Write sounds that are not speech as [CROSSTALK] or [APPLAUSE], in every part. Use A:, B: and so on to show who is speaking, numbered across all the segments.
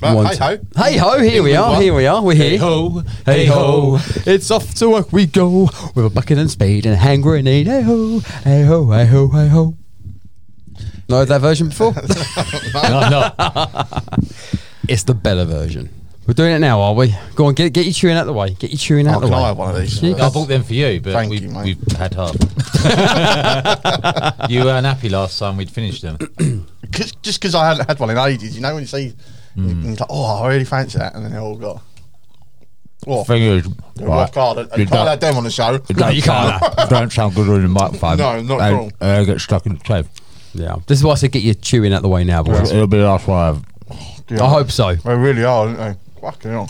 A: One
B: But hey
A: sec.
B: ho.
A: Hey ho, here we are, here we are, we're here.
B: ho,
A: hey ho. It's off to work we go with a bucket and spade and a hand grenade. Hey ho, hey ho, hey ho, hey ho. No, that version
B: [LAUGHS]
A: before?
C: No, no.
A: it's the better version. We're doing it now, are we? Go on, get, get your chewing out the way. Get your chewing out
B: Oh,
A: the
B: can
A: way.
B: I have one of these?
A: Yeah,
C: I bought them for you, but
B: Thank
C: we,
B: you, mate.
C: we've had half. [LAUGHS] you were unhappy last time we'd finished them.
B: Cause, just because I hadn't had one in ages, you know, when you see, and it's like, oh, I really fancy that, and then they all got. Oh,
C: Thing is,
B: I can't, I
C: you
B: can't
C: don't-
B: have them on the show.
C: you don't sound- you don't sound good on the microphone.
B: No, not at
C: They-
B: all.
C: They get stuck in the teeth.
A: Yeah. This is why I said get your chewing out the way now, boys.
C: It'll be the last one I have.
B: [LAUGHS] Yeah.
A: I hope so.
B: They really are, aren't they? Fucking hell.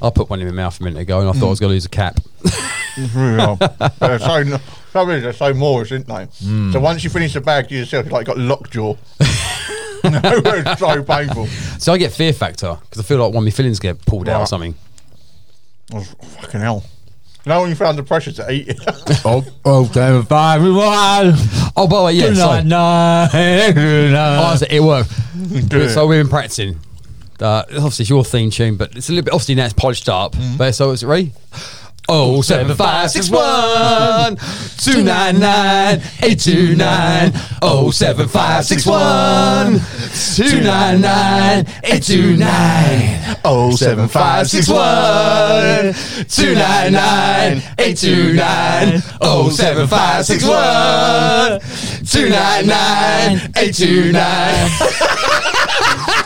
A: I put one in my mouth a minute ago and I thought I
B: Mm.
A: was going to lose a cap.
B: They really
A: [LAUGHS]
B: are. they're so, n- some of these are so Moorish, aren't they? So once you finish the bag to yourself, you've like got
A: [LAUGHS]
B: lockjaw. [LAUGHS] no, it's so painful.
A: So I get fear factor because I feel like one of my fillings get pulled out or
B: Right.
A: something.
B: Oh, fucking hell. You know when you feel under pressure to eat?
C: Oh, oh, damn, five, everyone.
A: Oh, by the way, yeah.
C: Good
A: So,
C: night, night. [LAUGHS] Good
A: Oh,
C: night.
A: that's it, it worked. [LAUGHS]
B: Do
A: so we've been practicing. Uh, obviously, it's your theme tune, but it's a little bit. Obviously, now it's polished up. But so it's ready. Mm-hmm. Oh seven five six one two nine nine eight two nine oh seven five six one two nine nine eight two nine
B: Oh, seven,
A: five six one two nine nine eight two nine oh seven five six one two nine nine eight two nine.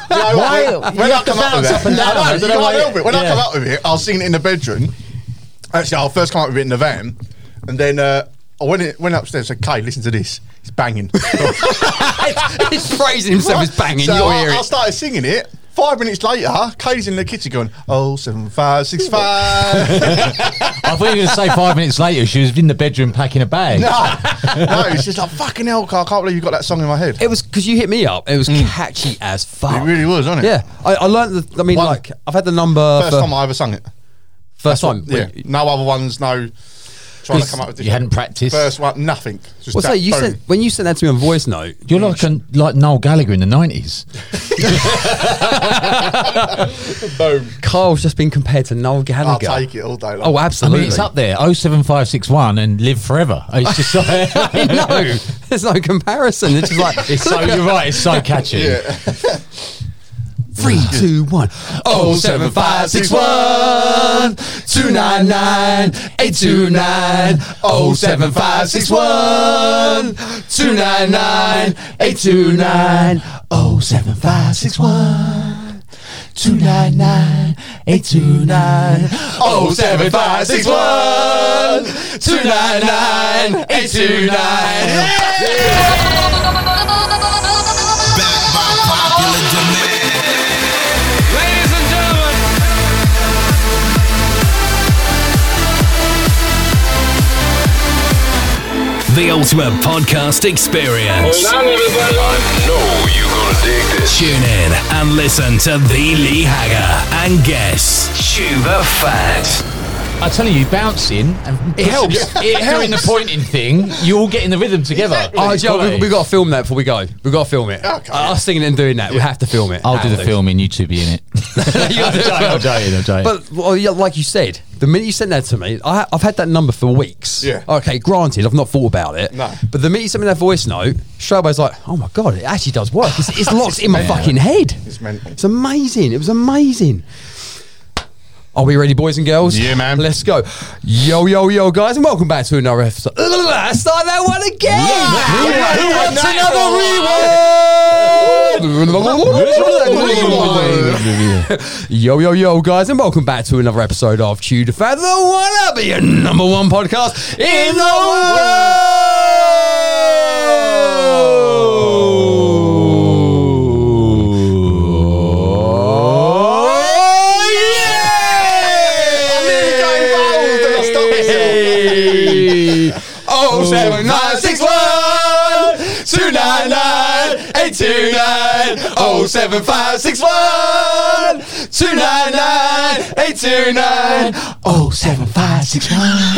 B: Why? When I come up with
A: bounce
B: it,
A: up and down,
B: I know, you
A: don't know
B: can't
A: why-
B: help it. When I
A: yeah.
B: come up with it, I'll sing it in the bedroom. Actually, I'll first come up with it in the van, and then uh, I went in, went upstairs. and Said, "Kay, listen to this. It's banging."
A: [LAUGHS] he's praising himself. He's banging.
B: So
A: You'll
B: I,
A: hear
B: I
A: it.
B: started singing it. Five minutes later, Kay's in the kitchen going, "Oh, seven, five, six, five.
C: I thought you were going to say five minutes later she was in the bedroom packing a bag.
B: no, no, it's just like fucking hell, Kay, I can't believe you got that song in my head.
A: It was because you hit me up. It was catchy as fuck.
B: It really was, wasn't it?
A: Yeah, I, I learned. The, I mean,
B: One-
A: like I've had the number
B: First
A: for,
B: time I ever sung it.
A: first time.
B: Yeah,
A: Wait,
B: no other ones, no trying to come up with.
C: You hadn't practiced.
B: First one, nothing. Just
A: What's
B: that,
A: that? You
B: boom.
A: sent when you sent that to me on voice note.
C: You're like an, like Noel Gallagher in the nineties.
B: boom.
A: Kyle's just been compared to Noel
B: I'll
A: Gallagher.
B: take it all day long.
A: Oh,
C: I
A: absolutely.
C: mean, it's up there. Oh seven five six one and live forever. It's
A: [LAUGHS]
C: [LAUGHS] just like,
A: no, there's no comparison. It's just like
C: it's so you're right. It's so catchy.
B: Yeah.
A: three, two, one. Oh, seven, five, six, one. Two, nine, nine, eight, two, nine. Oh, seven, five, six, one. Two, nine, nine, eight, two, nine. Oh, seven, five, six, one. Two, nine, nine, eight, two, nine. Oh, seven, five, six, one. Two, nine, nine, eight, two, nine.
D: Back by popular demand.
E: Ladies and gentlemen,
F: The ultimate podcast experience.
G: I know you're gonna dig this.
F: Tune in and listen to The Lee Hagger and guests. Chew the fat.
C: I tell you, bouncing and it helps. It Doing the pointing thing, you all get in the rhythm together.
A: Oh,
C: It's
A: Joe, we,
C: quality.
A: we got to film that before we go. We got to film it.
B: Okay.
A: I Us singing and doing that, we have to film it.
C: I'll
A: Have
C: do the
A: to.
C: filming. You two be in it.
A: [LAUGHS] You gotta do the film.
C: I'm joking. I'm joking.
A: But well, yeah, like you said, the minute you sent that to me, I, I've had that number for weeks.
B: Yeah.
A: Okay, granted, I've not thought about it.
B: No.
A: But the minute you sent me that voice note, straight away I was like, oh my God, it actually does work. It's, it's locked in my fucking head.
B: It's mental.
A: It's amazing. It was amazing. Are we ready, boys and girls?
B: Yeah, man.
A: Let's go. Yo, yo, yo, guys, and welcome back to another episode. [LAUGHS] Let's start that one again.
B: Yeah.
A: Who wants
B: Yeah.
A: another rewind? Yo, yo, yo, guys, and welcome back to another episode of Chew the Fat, the wannabe your number one podcast in the world! Oh, seven, nine, six, one, two, nine, nine, eight, two, nine. Oh, seven, five, six, one,
H: one two nine nine eight two nine oh seven five six one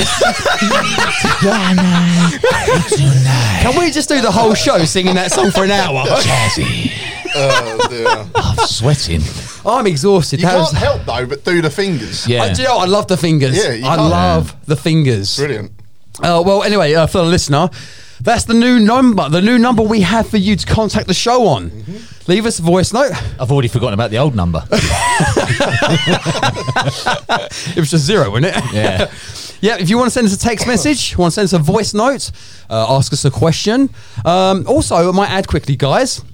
H: two nine nine eight two nine.
A: Can we just do the whole show singing that song for an hour?
B: Oh,
A: [LAUGHS]
B: dear.
I: I'm sweating.
A: I'm exhausted.
B: You
A: That was-
B: can't help though, but do the fingers.
I: Yeah.
A: I, do you know, what? I love the fingers.
B: Yeah, you
A: I
B: can't-
A: love the fingers.
B: Brilliant.
A: Uh, well, anyway, uh, for the listener, that's the new number. The new number we have for you to contact the show on. Leave us a voice note. [LAUGHS]
I: I've already forgotten about the old number.
A: It was just zero, wasn't it?
I: Yeah.
A: [LAUGHS] yeah. If you want to send us a text message, want to send us a voice note, uh, ask us a question. Um, also, I might add quickly, guys,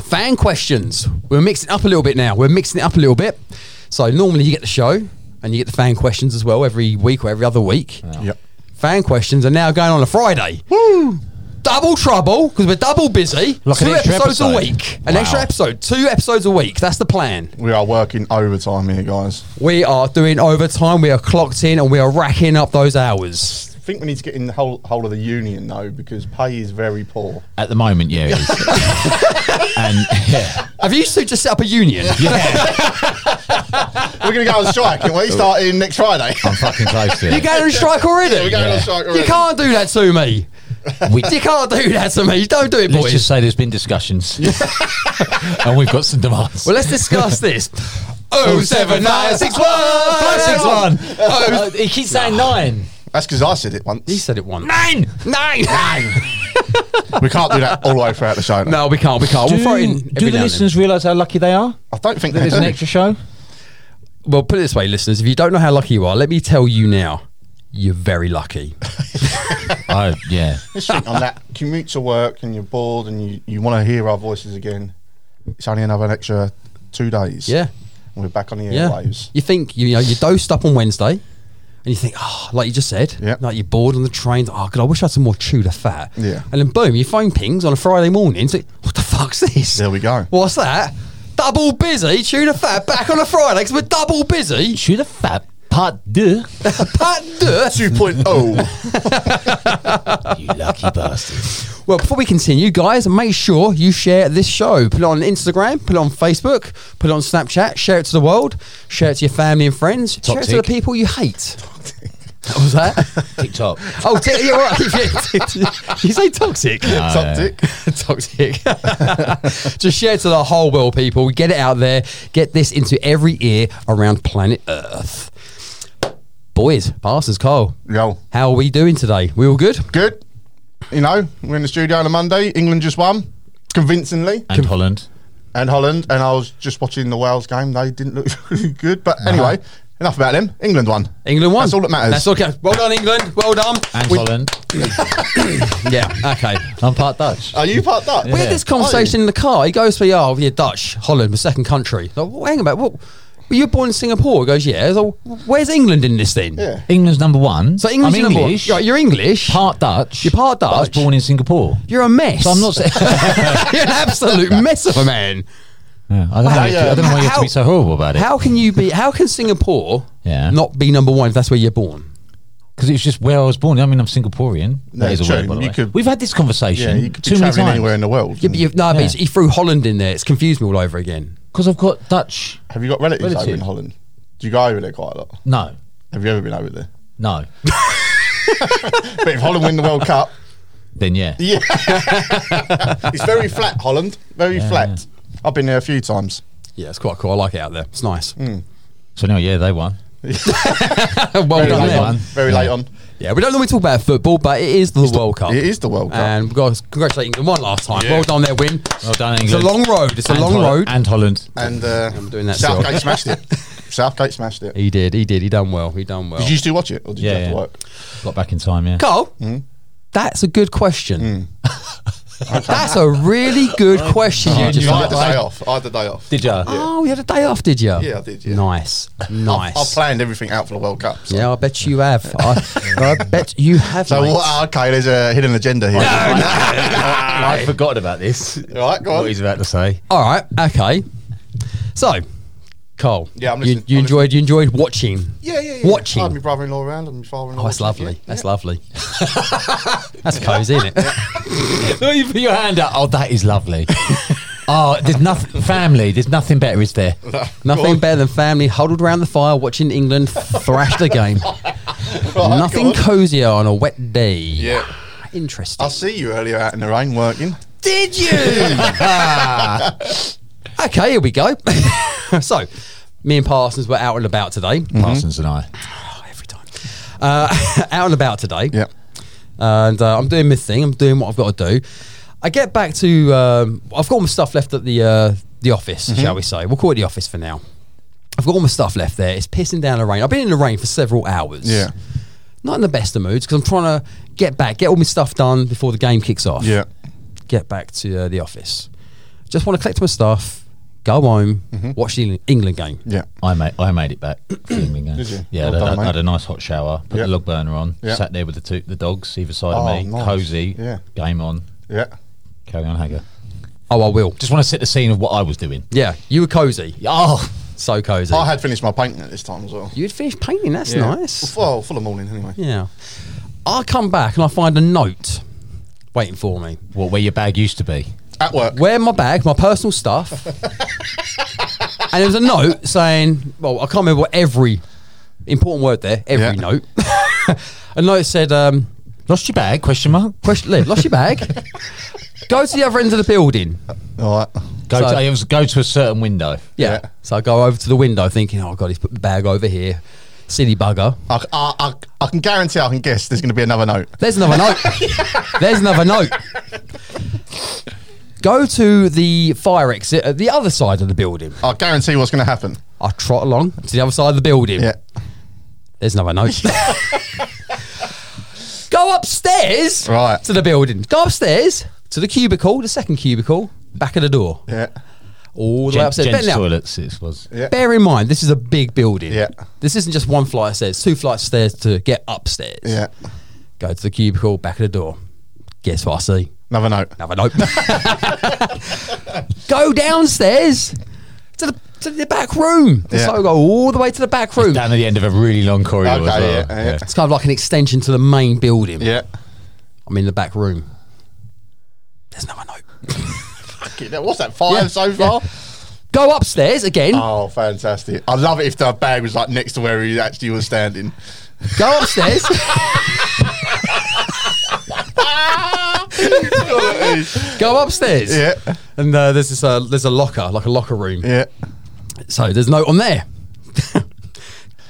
A: fan questions. We're mixing it up a little bit now. We're mixing it up a little bit. So normally you get the show and you get the fan questions as well every week or every other week.
B: Yep.
A: fan questions are now going on a Friday. Woo! Double trouble because we're double busy.
I: Like
A: two
I: an extra
A: episodes a
I: episode.
A: week. An
I: Wow.
A: extra episode, two episodes a week. That's the plan.
B: We are working overtime here, guys.
A: We are doing overtime. We are clocked in and we are racking up those hours.
B: I think we need to get in the whole whole of the union though, because pay is very poor.
I: At the moment, yeah. it is. and yeah.
A: Have you two just set up a union?
B: We're gonna go on strike, and
A: [LAUGHS]
B: we start in next Friday.
I: I'm
B: [LAUGHS]
I: fucking close to
A: You're
I: it.
A: going on strike already.
B: We're going on strike already.
A: You can't do that to me.
I: We-
A: You can't do that to me. Don't do it,
I: Let's
A: boys.
I: just say there's been discussions.
C: [LAUGHS]
I: and we've got some demands.
A: well, let's discuss this. Oh seven nine six one five six one.
I: Oh, he keeps saying nine.
B: That's because I said it once.
A: He said it once.
I: Nine!
A: Nine. Nine.
B: We can't do that all the way throughout the show.
A: No, we can't. We can't. we'll throw it in every now and then.
I: realise how lucky they [LAUGHS] are?
B: I don't think
I: There's
B: they
I: an
B: do.
I: extra show?
A: Well, put it this way, listeners. If you don't know how lucky you are, let me tell you now. You're
B: [LAUGHS]
A: very lucky.
I: Oh, yeah.
B: Just think on that commute to work, and you're bored, and you, you want to hear our voices again. It's only another extra two days.
A: Yeah.
B: and we're back on the
A: Yeah. [LAUGHS]
B: airwaves.
A: You think you know you're dosed up on Wednesday, and you think, oh, like you just said,
B: Yeah.
A: like you're bored on the train. Oh God, I wish I had some more Tudor fat.
B: Yeah.
A: And then boom, your phone pings on a Friday morning. It's like, what the fuck's this?
B: There we go.
A: What's that? Double busy Tudor fat back on a Friday because we're double busy.
B: [LAUGHS]
I: Shoot the fat part deux.
A: Pat Duh.
B: 2.0.
I: you lucky bastard.
A: Well, before we continue, guys, make sure you share this show. Put it on Instagram, put it on Facebook, put it on Snapchat, share it to the world, share it to your family and friends, share it to the
I: tick.
A: people you hate. What was that?
C: [LAUGHS]
I: TikTok.
A: oh, t- you're right. [LAUGHS] you say toxic.
B: Top tick.
A: toxic. [LAUGHS] Just share it to the whole world, people. We get it out there. Get this into every ear around planet Earth. Boys, Parsons, Cole,
B: Yo.
A: how are we doing today? We all good?
B: Good. You know, we're in the studio on a Monday. England just won convincingly,
I: And Holland.
B: and Holland. And I was just watching the Wales game. They didn't look [LAUGHS] really good. But anyway, enough about them. England won.
A: England won.
B: That's all that matters.
A: That's okay. Well done, England. Well done.
I: And
A: We-
I: Holland.
A: Yeah.
B: [LAUGHS]
A: Okay.
I: I'm part Dutch.
B: Are you part Dutch?
A: We had this conversation in the car. He goes, for, yeah, oh, yeah, Dutch, Holland, the second country. Like, well, hang about. What? Were you born in Singapore? He goes, yeah. So, where's England in this then?
B: Yeah.
I: England's number one.
A: So England's
I: I'm
A: number one.
I: English.
A: Right, you're English.
I: part Dutch.
A: You're part
I: but I was
A: Dutch.
I: born in Singapore.
A: You're a mess.
I: So I'm not saying.
A: [LAUGHS] you're
I: [LAUGHS]
A: an absolute mess of a man.
I: Yeah, I don't know, I don't know why you have to
A: How-
I: be so horrible about it.
A: How can you be? How can Singapore
I: Yeah.
A: not be number one if that's where you're born?
I: Because it's just where I was born. I mean, I'm Singaporean.
B: No,
I: that is a
B: true.
I: word, by the
B: You
I: way.
B: could-
I: We've had this
B: Oh, Yeah,
I: conversation
B: you could be
I: too many
B: travelling anywhere in
I: times.
B: the world. Mm.
A: Yeah, but you've, no, but
I: Yeah.
A: he's- he threw Holland in there. It's confused me all over again.
I: Because I've got Dutch.
B: Have you got relatives over in
I: Relative.
B: Holland? Do you go over there quite a lot?
I: No,
B: Have you ever been over there?
I: no.
B: But if Holland win the World Cup, [LAUGHS]
I: then yeah.
B: yeah, it's very flat. Holland, very flat. I've been there a few times.
A: Yeah, it's quite cool. I like it out there. It's nice.
B: Mm.
I: So no, yeah, they won.
A: [LAUGHS] well
B: Very
A: done,
B: late
A: them.
B: on. Very late on.
A: Yeah, we don't normally talk about football, but it is the World Cup.
B: It is the World Cup.
A: And we've got to congratulate England one last time. Well done, their win.
I: Well done,
A: It's a
I: England.
A: long road. It's a
I: And
A: long
I: Hol-
A: road.
I: And Holland.
B: And uh, I'm
A: doing that
B: Southgate smashed it.
A: [LAUGHS]
B: Southgate smashed it.
A: he did. He did. He done well. He done well.
B: Did you still watch it, or did
I: Yeah,
B: you have
I: yeah.
B: to work?
I: Got back in time, yeah.
A: Carl?
B: Mm.
A: That's a good question. [LAUGHS] That's a really good question. You just
B: You I had Mm. the
A: asked.
B: day off. I had the day off.
I: Did ya?
A: Oh, you had a day off, did you?
B: Yeah, I did, yeah.
A: Nice, nice.
B: I planned everything out for the World Cup. So,
A: yeah, I bet you have. I, I bet you have.
B: [LAUGHS] so
A: mate.
B: what, ah, okay, there's a hidden agenda here. [LAUGHS]
I: I forgot about this.
B: Right, go on.
I: What he's about to say.
A: All right. Okay. So, Carl.
B: Yeah, I'm
A: you,
B: listening.
A: you
B: I'm
A: enjoyed. You enjoyed watching.
B: Yeah, yeah, yeah.
A: [LAUGHS] Watching.
B: I had my brother-in-law around and my father-in-law.
A: Oh, that's
B: watching
A: lovely.
B: it.
A: That's lovely. [LAUGHS] that's cozy, isn't
B: [LAUGHS]
A: it? [LAUGHS]
I: you put your hand up. Oh, that is lovely.
J: Oh, there's nothing. Family. There's nothing better, is there?
A: Nothing better than family huddled round the fire watching England thrash
B: [LAUGHS]
A: the game. Nothing
B: God.
A: cozier on a wet day. Ah,
B: Yeah.
A: Interesting.
B: I see you earlier out in the rain working.
A: Did you? [LAUGHS] okay, here we go. [LAUGHS] so, me and Parsons were out and about today.
C: Parsons and I.
A: Oh, every time. Uh, [LAUGHS] out and about today.
B: Yep.
A: And uh, I'm doing my thing. I'm doing what I've got to do. I get back to. Um, I've got all my stuff left at the uh, the office, shall we say? We'll call it the office for now. I've got all my stuff left there. It's pissing down the rain. I've been in the rain for several hours.
B: Yeah.
A: Not in the best of moods because I'm trying to get back, get all my stuff done before the game kicks off
B: Yeah.
A: get back to uh, the office. Just want to collect my stuff, go home, watch the Eng- England game.
B: Mm-hmm. Yeah.
C: I made I made it
A: [CLEARS THROAT]
C: back. Did
B: you?
C: Yeah,
B: Well
C: I, had,
B: done,
C: I had
B: mate.
C: a nice hot shower. Put
B: Yeah.
C: the log burner on.
B: Yeah.
C: Sat there with the two, the dogs either side
B: Oh,
C: of me.
B: nice.
C: Cozy.
B: Yeah.
C: Game on.
B: Yeah.
C: Carry on, Hager.
A: Oh, I will.
C: Just want to set the scene of what I was doing.
A: Yeah, you were cozy.
C: Oh,
A: So cozy.
B: I had finished my painting at this time as well.
A: You'd finished painting. That's
B: Yeah.
A: nice.
B: Well, full of morning anyway.
A: Yeah. I come back and I find a note waiting for me.
C: what where your bag used to be?
B: At work.
A: Where my bag, my personal stuff. and there was a note saying, well, I can't remember what every important word there, every
B: Yeah.
A: note. [LAUGHS] a note said, um,
C: Lost your bag? Question mark.
A: question, Liv, lost your bag. Go to the other end of the building.
B: All right.
C: Go
A: So-
C: to it was go to a certain window.
A: Yeah.
B: Yeah.
A: So I go over to the window thinking, oh, God, he's put the bag over here. Silly bugger.
B: I, I, I, I can guarantee I can guess there's going to be another note.
A: There's another note. There's another note. Go to the fire exit at the other side of the building.
B: I guarantee what's going to happen.
A: I trot along to the other side of the building.
B: Yeah.
A: There's
B: [LAUGHS]
A: another note. go upstairs
B: Right.
A: to the building. Go upstairs to the cubicle, the second cubicle, back of the door.
B: Yeah.
A: All the way
C: Gen-
A: upstairs.
C: gents
A: But now,
C: toilets. It was.
B: Yeah.
A: bear in mind, this is a big building.
B: Yeah.
A: This isn't just one flight of stairs, two flights of stairs to get upstairs.
B: Yeah.
A: Go to the cubicle, back of the door. Guess what I see?
B: Another note. [LAUGHS]
A: Another note. go downstairs to the to the back room.
B: Yeah.
A: So I go all the way to the back room.
C: Down at the end of a really long corridor.
B: Okay,
C: as well.
B: yeah, yeah.
A: It's kind of like an extension to the main building.
B: Yeah.
A: I'm in the back room. There's another note.
B: Fucking hell, What's that, five so far?
A: Go upstairs again.
C: Ah.
B: Oh, fantastic. I love it if the bag was like next to where he actually was [LAUGHS] standing.
A: Go
C: [LAUGHS]
A: upstairs. go upstairs.
B: yeah.
A: And uh, there's this uh, there's a locker, like a locker room.
B: Yeah.
A: So there's a note on there. [LAUGHS]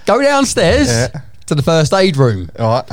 A: Go downstairs
B: Yeah.
A: to the first aid room.
B: All right.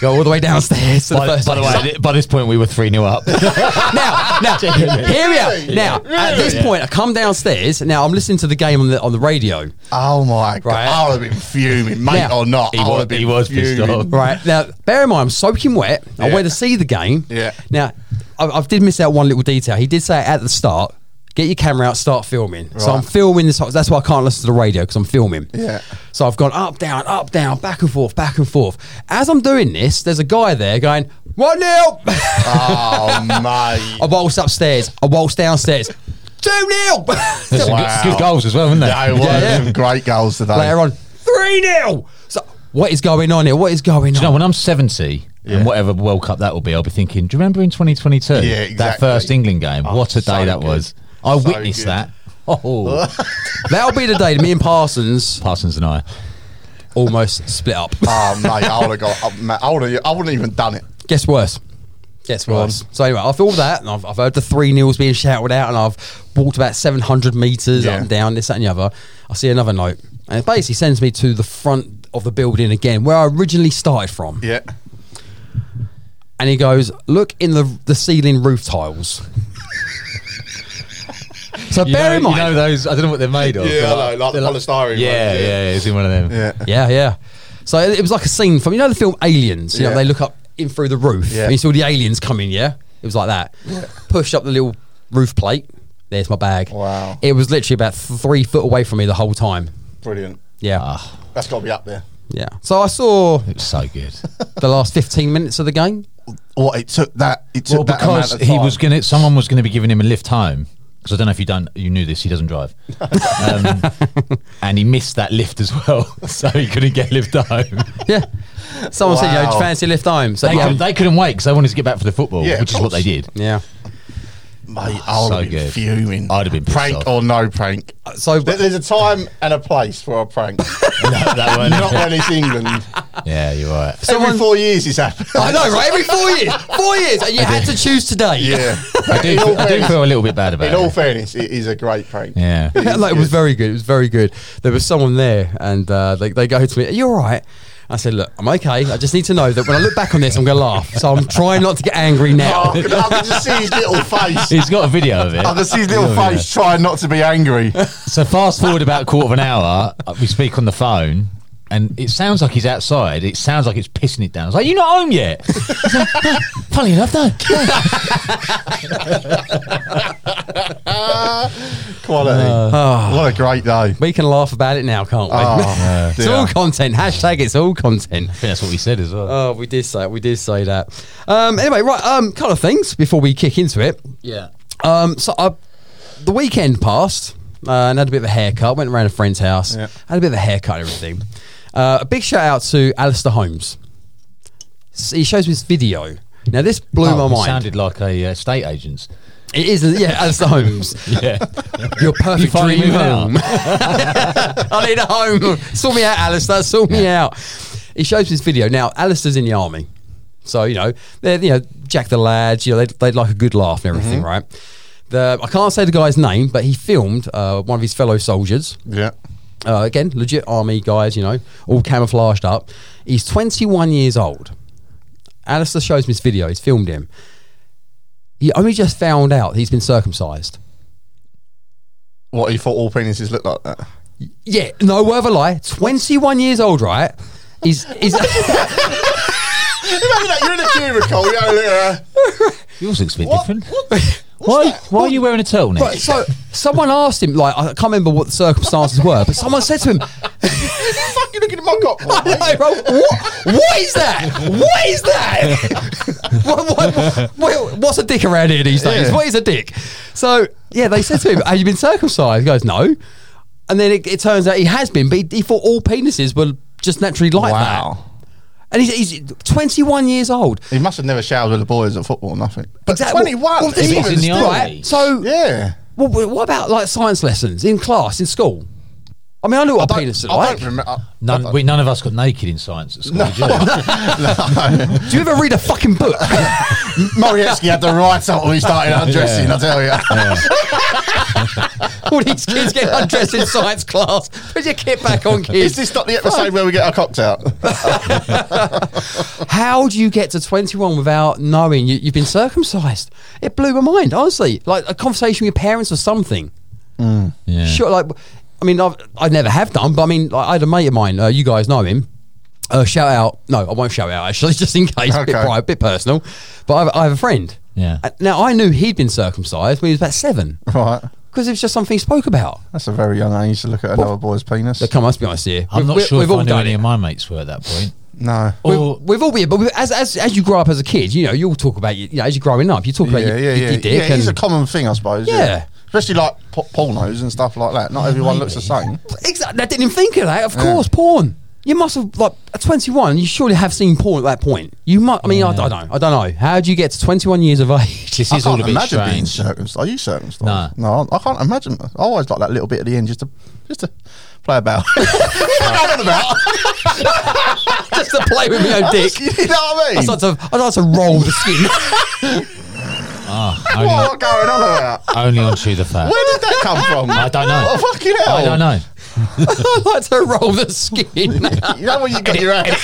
A: Go all the way downstairs to the
C: By,
A: first
C: by the
A: aid
C: way,
A: room. [LAUGHS]
C: th- by this point we were three new
B: [LAUGHS]
C: up.
A: now,
C: [LAUGHS]
A: now here we are. Now, at this point, I come downstairs. Now I'm listening to the game on the on the radio.
B: Oh my god!
A: Right.
B: I would have been fuming, mate,
A: Yeah.
B: or not.
C: He
B: I
C: was-
B: would have been
C: he was pissed
B: fuming.
C: off.
A: Right now, bear in mind, I'm soaking wet. I
B: Yeah.
A: went to see the game.
B: Yeah.
A: Now, I, I did miss out one little detail. He did say at the start, get your camera out, start filming. So
B: Right.
A: I'm filming this. That's why I can't listen to the radio because I'm filming.
B: Yeah.
A: So I've gone up, down, up, down, back and forth, back and forth. As I'm doing this, there's a guy there going one [LAUGHS] 0 I
C: [LAUGHS]
B: Oh mate!
A: waltzed upstairs. I waltzed downstairs. Two [LAUGHS] 0
C: There's some
B: Wow.
C: good, good goals as well, isn't there?
B: No, what
A: Yeah.
B: some great goals today.
A: Later on, three 0 So what is going on here? What is going on?
C: You know, when I'm 70
B: Yeah.
C: and whatever World Cup that will be, I'll be thinking, do you remember in 2022?
B: Yeah,
C: That
B: exactly.
C: first England game.
B: Oh,
C: what a day
B: so
C: that
B: good.
C: was. I
B: So
C: witnessed
B: good.
C: that. Oh,
A: [LAUGHS] That'll be the day that me and Parsons
C: Parsons and I.
A: almost split up.
B: Oh mate, I would have got. oh, mate, I would have. I wouldn't even done it.
A: Guess worse. Guess worse. So anyway, after all that, and I've, I've heard the three nils being shouted out, and I've walked about 700 metres
B: Yeah.
A: up and down, this, that, and the other. I see another note, and it basically sends me to the front of the building again, where I originally started from.
B: Yeah.
A: And he goes, "Look in the the ceiling roof tiles." [LAUGHS] so bear in mind,
C: you know those, I don't know what they're made of.
B: Yeah,
C: They're
B: I know, like the
C: they're
B: polystyrene ones,
C: Yeah,
B: yeah.
C: yeah, it's in one of them.
B: Yeah.
A: yeah, yeah. So it, it was like a scene from you know the film Aliens. You
B: Yeah.
A: know they look up in through the roof,
B: Yeah.
A: and you saw the aliens coming. Yeah, it was like that. Pushed up the little roof plate. There's my bag.
B: Wow.
A: It was literally about three foot away from me the whole time.
B: Brilliant.
A: Yeah,
B: That's got to be up there.
A: yeah. So I saw
C: It was so
B: [LAUGHS]
C: good.
A: the last 15 minutes of the game.
B: What it took that. It
C: well,
B: took that amount
C: because
B: of
C: he
B: time.
C: was going to, someone was going to be giving him a lift home. Because I don't know if you don't, you knew this. He
B: [LAUGHS]
C: doesn't drive, um, and he missed that lift as well, [LAUGHS] so he couldn't get a lift home.
A: Yeah. Someone said, "Yo, do you
B: Wow.
A: fancy a lift home?" So
C: They,
A: yeah,
C: couldn't, they couldn't wait because they wanted to get back for the football,
B: Yeah, of
C: which is what they did.
A: yeah.
B: Mate, I would
C: Ah, so
B: have been
C: good.
B: fuming.
C: I'd have been pissed
B: prank
C: off.
B: or no prank.
A: so-
B: There- there's a time and a place for a
C: [LAUGHS]
B: prank.
C: that one.
B: Not when it's
C: [LAUGHS]
B: England.
C: Yeah, you're right.
B: Every four years it's happened.
A: I know, right? Every four years, four years, and you had to choose today.
B: [LAUGHS]
C: [LAUGHS]
B: Yeah,
C: I do,
B: In all
C: I do
B: fairness-
C: feel a little bit bad about
B: In all
C: it.
B: fairness, it is a great prank.
C: Yeah.
B: is
A: [LAUGHS] like, it was
B: good.
A: very good. It was very good. There was someone there, and uh, they, they go to me, Are you all right? I said, Look, I'm okay. I just need to know that when I look back on this, I'm going to laugh. So I'm trying not to get angry
B: [LAUGHS] [LAUGHS] Oh, I
A: now.
B: can, I can just see his
C: [LAUGHS]
B: little face.
C: He's got a video of it.
B: [LAUGHS] I can see his
C: Oh,
B: little face trying not to be
C: [LAUGHS]
B: angry.
C: So fast forward about a quarter of an hour, uh, we speak on the phone, and it sounds like he's outside. It sounds like it's pissing it down. It's like, "You're not home yet." [LAUGHS] He's like, "No, Funny enough,
B: [LAUGHS]
C: no.
B: Quality.
C: Uh,
B: what a great
C: [LAUGHS]
B: day.
A: We can laugh about it now, can't we?
B: Oh,
A: [LAUGHS] it's all content. Hashtag it's all content.
C: I think that's what we said as well.
B: Uh,
A: Oh, we did say we did say that. Um, anyway, right, um, couple of things before we kick into it.
C: yeah.
A: Um, so I, the weekend passed uh, and had a bit of a haircut. Went around a friend's house,
B: Yeah.
A: had a bit of a haircut and everything. Uh, a big shout out to Alistair Holmes. S- He shows me this video. Now this blew
C: Oh,
A: my
C: he
A: mind.
C: sounded like a uh, state agent.
A: it is yeah, Alistair Holmes.
C: [LAUGHS] Yeah.
A: [LAUGHS] Your perfect
C: finally
A: dream
C: moved
A: home. [LAUGHS] I need a home. Sort me out, Alistair. Sort me out. He shows me this video. Now, Alistair's in the army. So, you know, they're, you know, Jack the Lads, you know, they'd, they'd like a good laugh and everything, right? The, I can't say the guy's name, but he filmed uh, one of his fellow soldiers.
B: Yeah.
A: Uh, again, legit army guys, you know, all camouflaged up. He's 21 years old. Alistair shows me this video. He's filmed him. He only just found out he's been circumcised.
B: What he thought all penises looked like that.
A: Yeah, no word of a lie. Twenty-one years old, right? He's he's
B: Imagine that you're in
C: [LAUGHS]
B: a cubicle. You're over there.
C: Yours looks a bit
B: What?
C: different.
B: what-
C: Why? Why are you wearing a turtleneck?
A: right, [LAUGHS] so someone asked him like I can't remember what the circumstances were, but someone said to him, [LAUGHS]
B: You're fucking looking at my cock.
A: I know, bro, what, "What is that? What is that? [LAUGHS] what, what, what- what's a dick around here these days?
B: Yeah.
A: What is a dick?" So yeah, they said to him, "Have you been circumcised?" He goes, "No," and then it, it turns out he has been, but he, he thought all penises were just naturally like that.
B: Wow.
A: And he's, he's 21 years old.
B: He must have never showered with the boys at football, nothing. But
A: Exactly.
B: 21.
A: Well, this
C: If he's
A: is-
C: in the
B: still-
C: army.
A: right? So
B: Yeah.
A: Well, but what about like science lessons in class in school? I mean, I knew what a penis looked
B: I
A: like.
B: don't remember. [LAUGHS]
C: None, we, none of us got naked in science at school. did you?
A: Do you ever read a fucking book? [LAUGHS]
B: Morietsky had the right up when he started undressing, I tell you.
A: All these kids get undressed in science class. Put your kit back
B: [LAUGHS]
A: on,
B: Is
A: kids.
B: this not the episode where we get our cocks out? [LAUGHS]
A: How do you get to 21 without knowing you, you've been circumcised? It blew my mind, honestly. Like a conversation with your parents or something.
C: Yeah.
A: Sure, like, I mean, I've, I never have done, but I mean, like, I had a mate of mine, uh, you guys know him. Uh, shout out. No, I won't shout out, actually, [LAUGHS] just in case. A bit
B: Okay.
A: private, bit personal. But I have, I have a friend.
C: Yeah.
A: Uh, Now, I knew he'd been circumcised when he was about seven
B: right.
A: because it was just something he spoke about.
B: That's a very young age to look at another boy's penis.
A: But come on, let's be honest here.
C: I'm not
A: We've-
C: sure
A: we've
C: if
A: all
C: I knew
A: done
C: any
A: it.
C: of my mates were at that
B: [LAUGHS]
C: point.
B: No.
A: Oh,
C: Or
A: We've all been, but we, as, as as you grow up as a kid, you know, you all talk about you, you know, as you're growing up, you talk about
B: yeah,
A: your,
B: yeah,
A: your,
B: yeah.
A: your dick
B: yeah, it is
A: and
B: a common thing, I suppose.
A: Yeah.
B: Especially like p- pornos and stuff like that. Not everyone looks the same.
A: exactly. I didn't even think of that. Of course, porn. You must have like at 21. You surely have seen porn at that point. You might. I mean, I, I don't know. I don't know. How do you get to 21 years of age? [LAUGHS]
C: this is all
B: can't
C: a bit
B: imagine being
C: strange.
B: circumcised. Are you circumcised? No. I can't imagine. I always like that little bit at the end just to just to play about. [LAUGHS] you know what I'm on about?
A: Just to play with
C: [LAUGHS]
A: my own dick.
B: you know what I mean?
A: I start to, I start to roll the skin. [LAUGHS]
C: Only,
B: what, what going on about?
C: only on Chew the Fat.
B: Where did that come from?
C: I don't know.
B: Oh, fucking hell.
C: I don't know.
A: I like to roll the skin. [LAUGHS]
B: You know when you got your hands,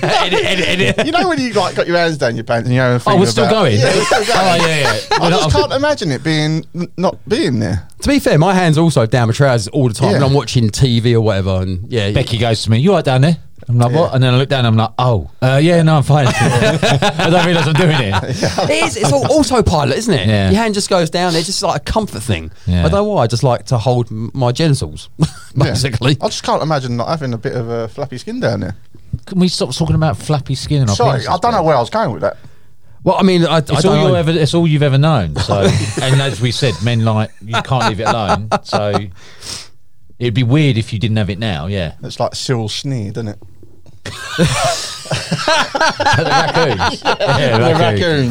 B: [LAUGHS]
A: edit, edit, edit.
B: you know when you like got your hands down your pants and you know.
C: Oh, we're still going.
B: Yeah, we're still going.
C: [LAUGHS] Oh, yeah, yeah.
B: [LAUGHS] I
C: We're not-
B: just can't imagine it being n- not being there.
A: To be fair, my hands also down my trousers all the time when
B: Yeah.
A: I'm watching TV or whatever. And yeah,
C: Becky goes to me, "You all right down there?" I'm like, "What?" And then I look down, I'm like, "Oh, uh, yeah, no, I'm
B: [LAUGHS]
C: fine." I don't realise I'm doing it.
A: it is. It's all autopilot, isn't it?
C: Yeah.
A: Your hand just goes down. there, It's just like a comfort thing.
C: Yeah.
A: I don't know why. I just like to hold m- my genitals, [LAUGHS]
B: Yeah.
A: basically.
B: I just can't imagine not having a bit of a flappy skin down there.
C: Can we stop talking about flappy skin and our
B: Sorry,
C: penises,
B: I don't know
C: bro?
B: where I was going with that.
A: Well, I mean, I, I don't
C: It's all,
A: know.
C: you ever, it's all you've ever known.
B: [LAUGHS]
C: So, and as we said, men like you can't leave it alone. So, it'd be weird if you didn't have it now. Yeah,
B: [LAUGHS] It's like Cyril Sneed, isn't it?
C: raccoons. Yeah,
B: They're
C: raccoon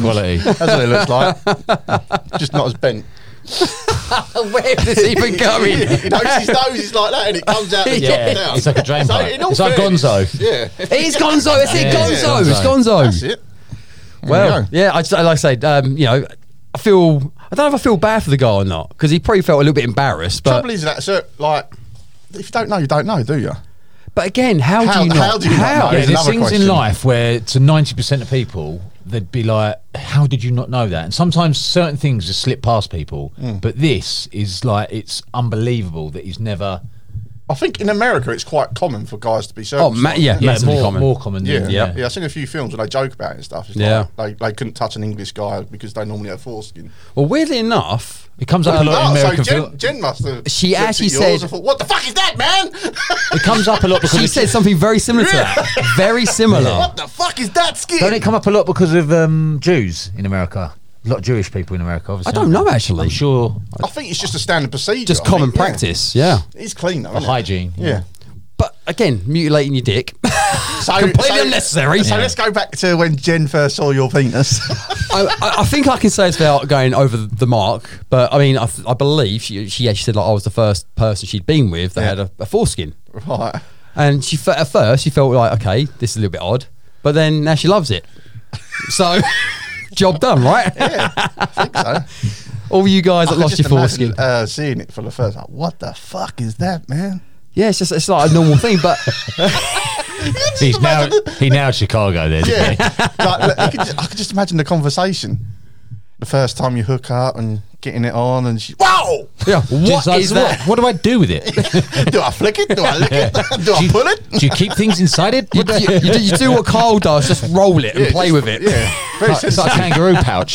B: raccoons.
C: Quality.
B: That's what it looks like.
C: [LAUGHS]
B: Just not as bent.
A: [LAUGHS] Where is this even
B: [LAUGHS]
A: going?
B: He knows his nose is like that, and it comes out. And [LAUGHS]
A: Yeah.
B: yeah, down.
C: It's like a drain
B: So
C: pipe.
B: in all
C: It's like
B: fairness-
C: Gonzo.
B: Yeah,
A: It is Gonzo. It's it,
C: Yeah, it's
A: Gonzo. It's
C: Gonzo.
A: Gonzo.
B: that's it. There you
A: Well,
B: go.
A: yeah, I just, like I said, um, you know, I feel I don't know if I feel bad for the guy or not because he probably felt a little bit embarrassed. But
B: trouble is that so like if you don't know, you don't know, do you?
A: but again, how,
B: How-
A: do you not?
B: how do you not know?
A: Yeah,
B: Oh, There's
C: Yeah, there's
B: another
C: things
B: question.
C: in life where to ninety percent of people they'd be like, "How did you not know that?" And sometimes certain things just slip past people,
B: Mm.
C: but this is like it's unbelievable that he's never.
B: I think in America it's quite common for guys to be
A: Oh,
B: circumcised.
A: ma- yeah,
C: Yeah,
A: massively
C: more
A: common.
C: more common. Than,
B: Yeah, yeah,
A: Yeah.
B: I've seen a few films where they joke about it and stuff. It's
A: Yeah.
B: like they, they couldn't touch an English guy because they normally have foreskin.
A: Well, weirdly enough,
C: It comes up a lot
B: Oh,
C: in
B: so
C: American
B: Jen,
C: films.
B: Jen must have.
A: She
B: looked at
A: actually
B: yours
A: said-
B: and thought, "What the fuck is that, man?
C: It comes up a
B: [LAUGHS]
C: lot because
A: she
C: of-
A: said something very similar to that. [LAUGHS] Very similar.
B: what the fuck is that skin?"
C: Don't it come up a lot because of um, Jews in America? A lot of Jewish people in America. Obviously,
A: I don't know actually.
C: I'm sure
B: I think it's just a standard procedure.
A: Just
B: I
A: common
B: think, yeah.
A: practice. Yeah.
B: It's clean though. isn't it?
C: hygiene.
B: Yeah.
A: But again, mutilating your dick.
B: So,
A: [LAUGHS] Completely unnecessary.
B: So
A: Yeah.
B: let's go back to when Jen first saw your penis. [LAUGHS]
A: I, I- I think I can say it's without going over the mark, but I mean, I, th- I believe she, she actually said like I was the first person she'd been with that
B: Yeah.
A: had a, a foreskin,
B: right.
A: and she fe- at first she felt like okay, this is a little bit odd, but then now she loves it, so [LAUGHS] job done, right?
B: I think so.
A: All you guys that
B: I
A: lost
B: just
A: your foreskin,
B: imagine, Uh, seeing it for the first time. What the fuck is that,
A: [LAUGHS]
B: man?
A: yeah, it's just it's like a normal thing, but [LAUGHS]
C: he's now he now Chicago. There,
B: Yeah.
C: [LAUGHS] yeah.
B: like, look, you could just, I could just imagine the conversation. The first time you hook up and getting it on, and she, wow,
A: yeah, what is that?
C: What, do I do with it?
B: [LAUGHS] do I flick it? Do I lick it? Do
C: Do
B: I
C: you-
B: pull it?
C: Do you keep things inside it?
A: You, you, you do, you do what Carl does, just roll it and
B: Yeah,
A: play
B: just-
A: with it.
B: Yeah, very
C: It's like a
B: sensitive. [LAUGHS]
C: kangaroo
A: [LAUGHS]
C: pouch.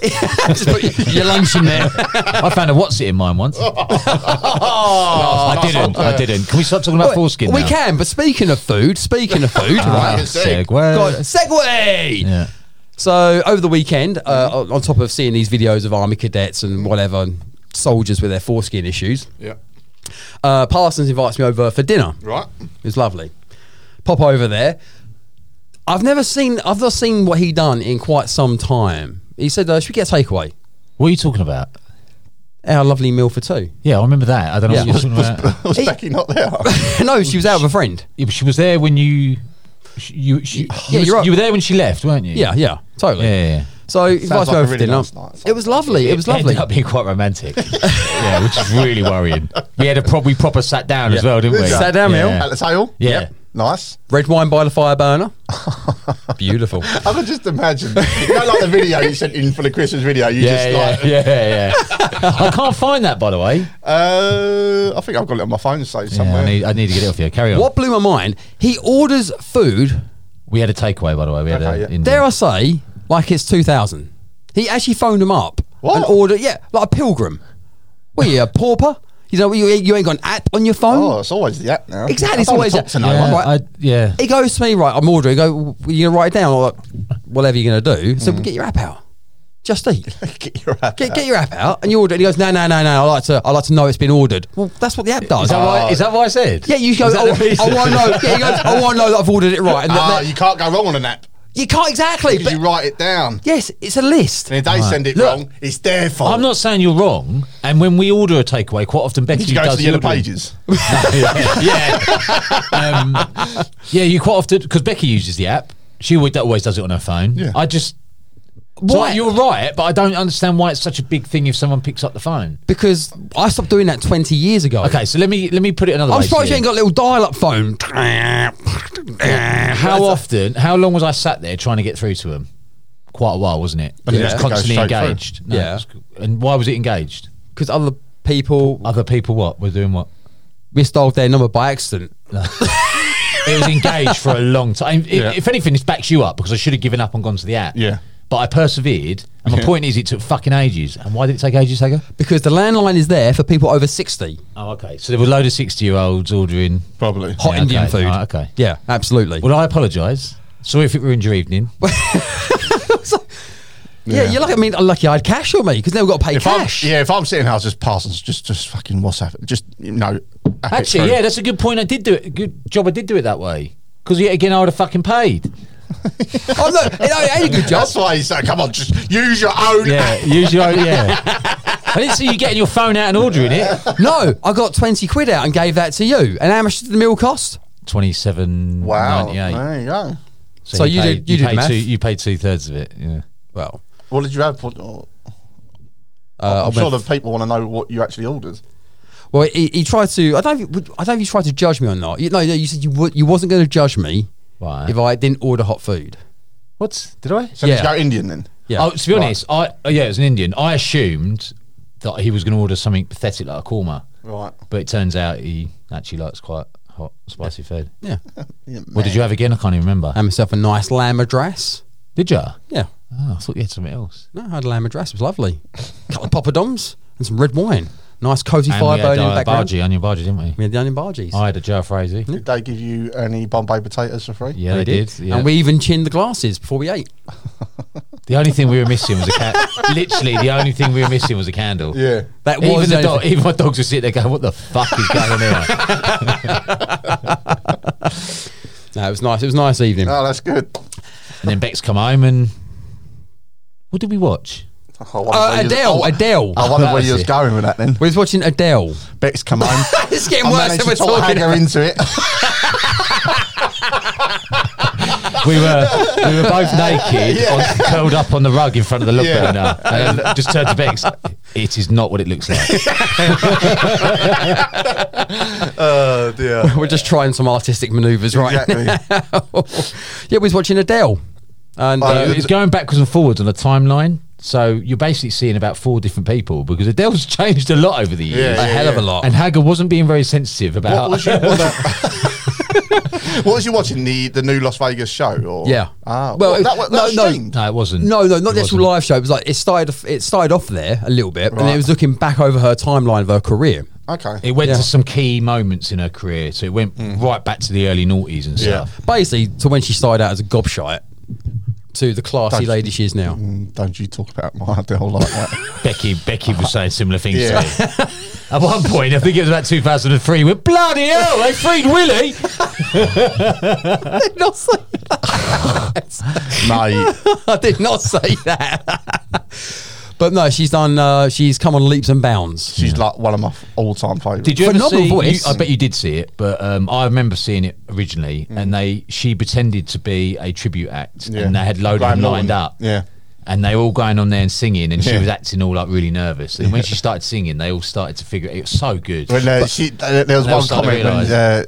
A: just put your- your lunch in there.
C: [LAUGHS] I found a what's it in
A: [LAUGHS]
C: mine once. I didn't. I didn't. Can we stop talking about foreskin?
A: Oh, we
C: now?
A: can, but speaking of food, speaking of
C: [LAUGHS]
A: food,
C: Ah,
A: right?
C: segue.
A: God, segue.
C: Yeah.
A: So over the weekend, uh, on- on top of seeing these videos of army cadets and whatever and soldiers with their foreskin issues,
B: Yeah.
A: uh, Parsons invites me over for dinner.
B: Right.
A: It was lovely. Pop over there. I've never seen. I've not seen what he done in quite some time. He said, uh, "Should we get a takeaway?
C: What are you talking about?
A: Our lovely meal for two.
C: Yeah, I remember that. I don't
A: [LAUGHS]
C: know
A: Yeah.
C: what you're talking about.
B: Was Becky not there?
A: [LAUGHS] no, she was out with a friend.
C: Yeah, but she was there when you. sh- You she, you, was-
A: you're right.
C: you were there when she left, weren't you?
A: Yeah, yeah, totally.
C: Yeah, yeah, yeah.
A: So he invites
B: like
A: me
B: a
A: over for
B: really
A: dinner.
B: nice night.
A: It was lovely. It was lovely.
C: Ended up being
A: [LAUGHS]
C: quite romantic. yeah, which is really worrying. We had a pro- we proper sat down as
A: Yeah.
C: well, didn't we?
A: Sat down,
C: yeah.
A: Neil.
B: At the tail?
C: Yeah.
B: Nice.
A: Red wine by the fire burner. Beautiful.
B: I could just imagine.
C: [LAUGHS]
B: You know, like the video you sent in for the Christmas video. You just
C: Yeah, yeah,
B: like,
C: yeah, yeah, yeah.
A: [LAUGHS]
C: I can't find that, by the way.
B: uh, I think I've got it on my phone saved
C: Yeah,
B: somewhere.
C: I need, I need to get it off you. Carry on.
A: What blew my mind, he orders food,
C: We had a takeaway, by the way. We had
B: Okay,
C: a
B: yeah.
C: Indian-
A: dare I say, like it's 2000. He actually phoned him up and
B: What?
A: ordered, yeah, like a pilgrim. What are you, a pauper? You know, you, you ain't got an app on your phone?
B: oh, it's always the app now.
A: Exactly,
B: I
A: it's
B: don't wanna
A: always
B: talk
A: that.
B: to no one.
C: Yeah,
A: right.
C: I- yeah.
A: He goes to me, right, I'm ordering. I go, you're going to write it down or like, whatever you're going to do. So get your app out. Just eat.
B: Get your app
A: Get,
B: out.
A: get your app out and you order it. And he goes, no, no, no, no. I like to, I like to know it's been ordered. Well, that's what the app does.
C: Is that, why, is that what I said?
A: Yeah, you go.
C: Is that
A: Oh,
C: the reason?
A: I want to know. Yeah, he goes, I want to know that I've ordered it right. And that-
B: Ah,
A: that-
B: you can't go wrong on an app
A: you can't exactly.
B: because
A: But
B: you write it down.
A: yes, it's a list.
B: And if they send it wrong, it's their fault.
C: I'm not saying you're wrong. And when we order a takeaway, quite often Becky
B: Did you go
C: does
B: to the yellow
C: ordering.
B: pages?
C: [LAUGHS] yeah, um, yeah. You quite often because Becky uses the app. She always, always does it on her phone.
B: Yeah.
C: I just.
A: Why?
C: So you're right, but I don't understand why it's such a big thing if someone picks up the phone.
A: Because I stopped doing that 20 years ago.
C: Okay, so let me let me put it another
A: I'm
C: way. to
A: surprised you
C: you.
A: ain't got a little dial up phone.
C: How often? How long was I sat there trying to get through to him? Quite a while, wasn't it? But
B: Yeah.
C: it
B: It
C: was
B: goes
C: constantly
B: straight through.
C: engaged. No, it
A: Yeah.
C: was- and why was it engaged?
A: Because other people
C: Other people what were doing what?
A: misdialed their number by accident.
C: It was engaged for a long time. If-
B: Yeah.
C: If anything, this backs you up because I should have given up and gone to the app.
B: Yeah.
C: But I persevered, and my
B: Yeah.
C: point is, it took fucking ages. And why did it take ages, Hager?
A: Because the landline is there for people over 60.
C: Oh, okay. So there were a load of sixty-year-olds ordering.
B: Probably.
A: Hot
C: Yeah,
A: Indian
C: okay.
A: food.
C: Ah, okay.
A: Yeah, absolutely.
C: Well, I apologise. Sorry if it ruined your evening.
A: yeah, you're lucky. I mean, I'm lucky I had cash on me because now we've got to pay
B: If I'm,
A: cash.
B: yeah, if I'm sitting house just Parsons, just just fucking WhatsApp, it. just you know. app it
C: Actually,
B: through.
C: yeah, that's a good point. I did do it. Good job. I did do it that way. Because yet again, I would have fucking paid.
A: Oh, look, it ain't a good job.
B: [LAUGHS] That's why he said, "Come on, just use your own."
C: Yeah, use your own, yeah. I didn't see you getting your phone out and ordering it.
A: No, I got 20 quid out and gave that to you. And how much did the meal cost?
C: Twenty-seven.
B: Wow.
C: ninety-eight.
B: There you go.
A: So
C: he
A: you
C: paid-
A: did- you did
C: paid
A: math?
C: Two, you paid two thirds of it. Yeah.
A: Well,
B: What did you have? For, oh,
A: uh,
B: I'm
A: I went-
B: sure the people want to know what you actually ordered.
A: Well, he, he tried to. I don't. know if- I don't know if you tried to judge me or not. You, no, no, you said you would. You wasn't going to judge me
C: Right.
A: if I didn't order hot food.
C: What did I?
B: So did
A: Yeah.
B: you go Indian then?
A: Yeah.
C: Oh, to be honest, I oh, yeah, it was an Indian. I assumed that he was going to order something pathetic like a korma,
B: Right.
C: but it turns out he actually likes quite hot, spicy food.
A: Yeah.
C: What did you have again? I can't even remember.
A: Had myself a nice lamb address.
C: did you?
A: Yeah.
C: Oh, I thought you had something else.
A: No, I had a lamb address. It was lovely. couple of poppadoms and some red wine. Nice cozy
C: And
A: fire
C: we had
A: burning in the
C: uh,
A: background.
C: bargee, Oh, onion bargee, didn't we?
A: We had the onion bargees.
C: I had a Joe Frazee.
B: Did they give you any Bombay potatoes for free?
C: Yeah, they, did. yeah.
A: And we even chinned the glasses before we ate.
C: the only thing we were missing was a cat. [LAUGHS] Literally, the only thing we were missing was a candle.
B: Yeah.
A: That was
C: Even,
A: the
C: the
A: only
C: dog,
A: thing-
C: even my dogs would sit there going, "What the fuck is going on here?"
A: No, it was nice. It was a nice evening.
B: Oh, that's good.
C: And then Beck's come home and what did we watch?
B: Oh, I wondered
A: Uh,
B: where you-
A: Adele,
B: oh,
A: Adele.
B: I wondered where you was
C: it.
B: going with that then.
A: we was watching Adele.
B: Beck's
A: [LAUGHS]
B: come home.
A: It's getting
B: I
A: worse
B: managed
A: than we're
B: to talk
A: talking.
B: Hagar into it.
C: We were we were both
B: [LAUGHS]
C: naked, on, curled up on the rug in front of the look
B: Yeah.
C: burner, and then just turned to Bex. It is not what it looks
B: [LAUGHS]
C: like.
B: [LAUGHS] oh dear.
A: [LAUGHS] We're just trying some artistic manoeuvres right
B: Exactly.
A: [LAUGHS] yeah, we was watching Adele. And
B: Oh,
A: uh,
B: yeah.
C: It's going backwards and forwards on a timeline, so you're basically seeing about four different people because Adele's [LAUGHS] changed a lot over the years.
B: Yeah,
A: a
B: yeah,
A: hell of a
B: yeah.
A: lot.
C: And Hager wasn't being very sensitive about
B: What was you? What, the- [LAUGHS] What was you watching the the new Las Vegas show? Or
A: Yeah.
B: Ah,
A: Well,
B: well,
A: it-
B: that, wa- that
A: no,
B: was
A: no.
B: streamed.
C: No, it wasn't.
A: no, no, not the
C: It
A: actual
C: wasn't.
A: live show. It was like it started. off- It started off there a little bit, but then
B: Right.
A: it was looking back over her timeline of her career.
B: Okay.
C: It went
A: Yeah.
C: to some key moments in her career, so it went right back to the early noughties and
B: Mm-hmm. Yeah.
C: stuff.
A: Basically, to when she started out as a gobshite to the classy
B: Don't-
A: lady she is now.
B: Mm, Don't you talk about my Adele like that? [LAUGHS]
C: Becky, Becky was saying similar things
B: Yeah.
C: to me. [LAUGHS] At one point, I think it was about 2003, we're bloody hell, they freed Willie.
A: I [LAUGHS] did not say that.
B: Mate,
A: I did not say that. [LAUGHS] but no, she's done. Uh, she's come on leaps and bounds.
B: she's like one of my all time favourites.
C: Did you ever
A: Phenomenal
C: see?
A: voice.
C: you- I bet you did see it, but um, I remember seeing it originally, and they she pretended to be a tribute act,
B: Mm. Yeah.
C: and they had loads of
B: Graham
C: them
B: Norton.
C: lined up.
B: Yeah.
C: And they were all going on there and singing, and she
B: Yeah.
C: was acting all like really nervous. And when she started singing, they all started to figure it. It was so good.
B: When uh, she, uh, there was
C: Now
B: one
C: starting to
B: comment when uh,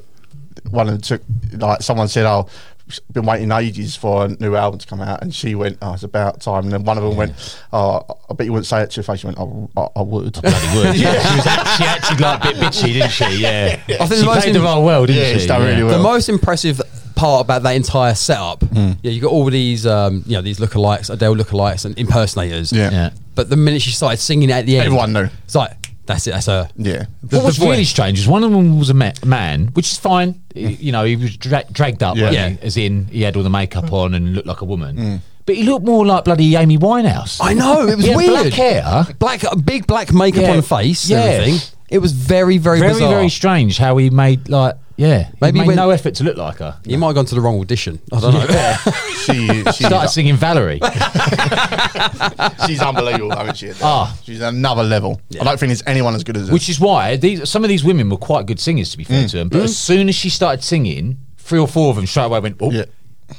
B: one of them took, like, someone said, "Oh, she's been waiting ages for a new album to come out," and she went, "Oh, it's about time." And then one of them went, "Oh, I bet you wouldn't say it to your face." She went, "Oh, I, I would."
C: Bloody
B: [LAUGHS]
A: [LAUGHS]
C: word. she, was act- she acted like a bit bitchy, didn't she? Yeah.
A: I think the
C: she
A: most
C: played the
A: im-
C: role well, didn't
B: Yeah,
C: she?
B: she's done really well. Hmm.
A: The most impressive part about that entire setup, yeah, you got all these, um, you know, these lookalikes, Adele lookalikes, and impersonators.
B: Yeah.
C: Yeah.
A: But the minute she started singing at the end,
B: Everyone knew.
A: It's like that's it. That's her.
B: yeah.
A: The-
C: what was
A: the voice.
C: really strange is one of them was a ma- man, which is fine. Y- You know, he was dra- dragged up,
B: Yeah.
C: wasn't
A: Yeah. Mm.
C: he? as in he had all the makeup on and looked like a woman. But he looked more like bloody Amy Winehouse.
A: I know it was
C: He had
A: weird.
C: black hair.
A: black, a big black makeup
C: Yeah.
A: on the face, and
C: Yeah.
A: everything. It was very, very,
C: Very,
A: bizarre.
C: very strange how he made like yeah.
A: Maybe
C: Maybe made
A: when-
C: no effort to look like her.
A: you might have gone to the wrong audition. I
C: [LAUGHS]
A: don't know. [LAUGHS]
B: She, she's,
C: Started singing Valerie.
B: she's unbelievable, haven't she?
C: Ah.
B: She's another level. I don't think there's anyone as good as her.
C: Which is why these some of these women were quite good singers, to be
A: Mm.
C: fair to them. But as soon as she started singing, three or four of them straight away went, "Oh,
B: Yeah.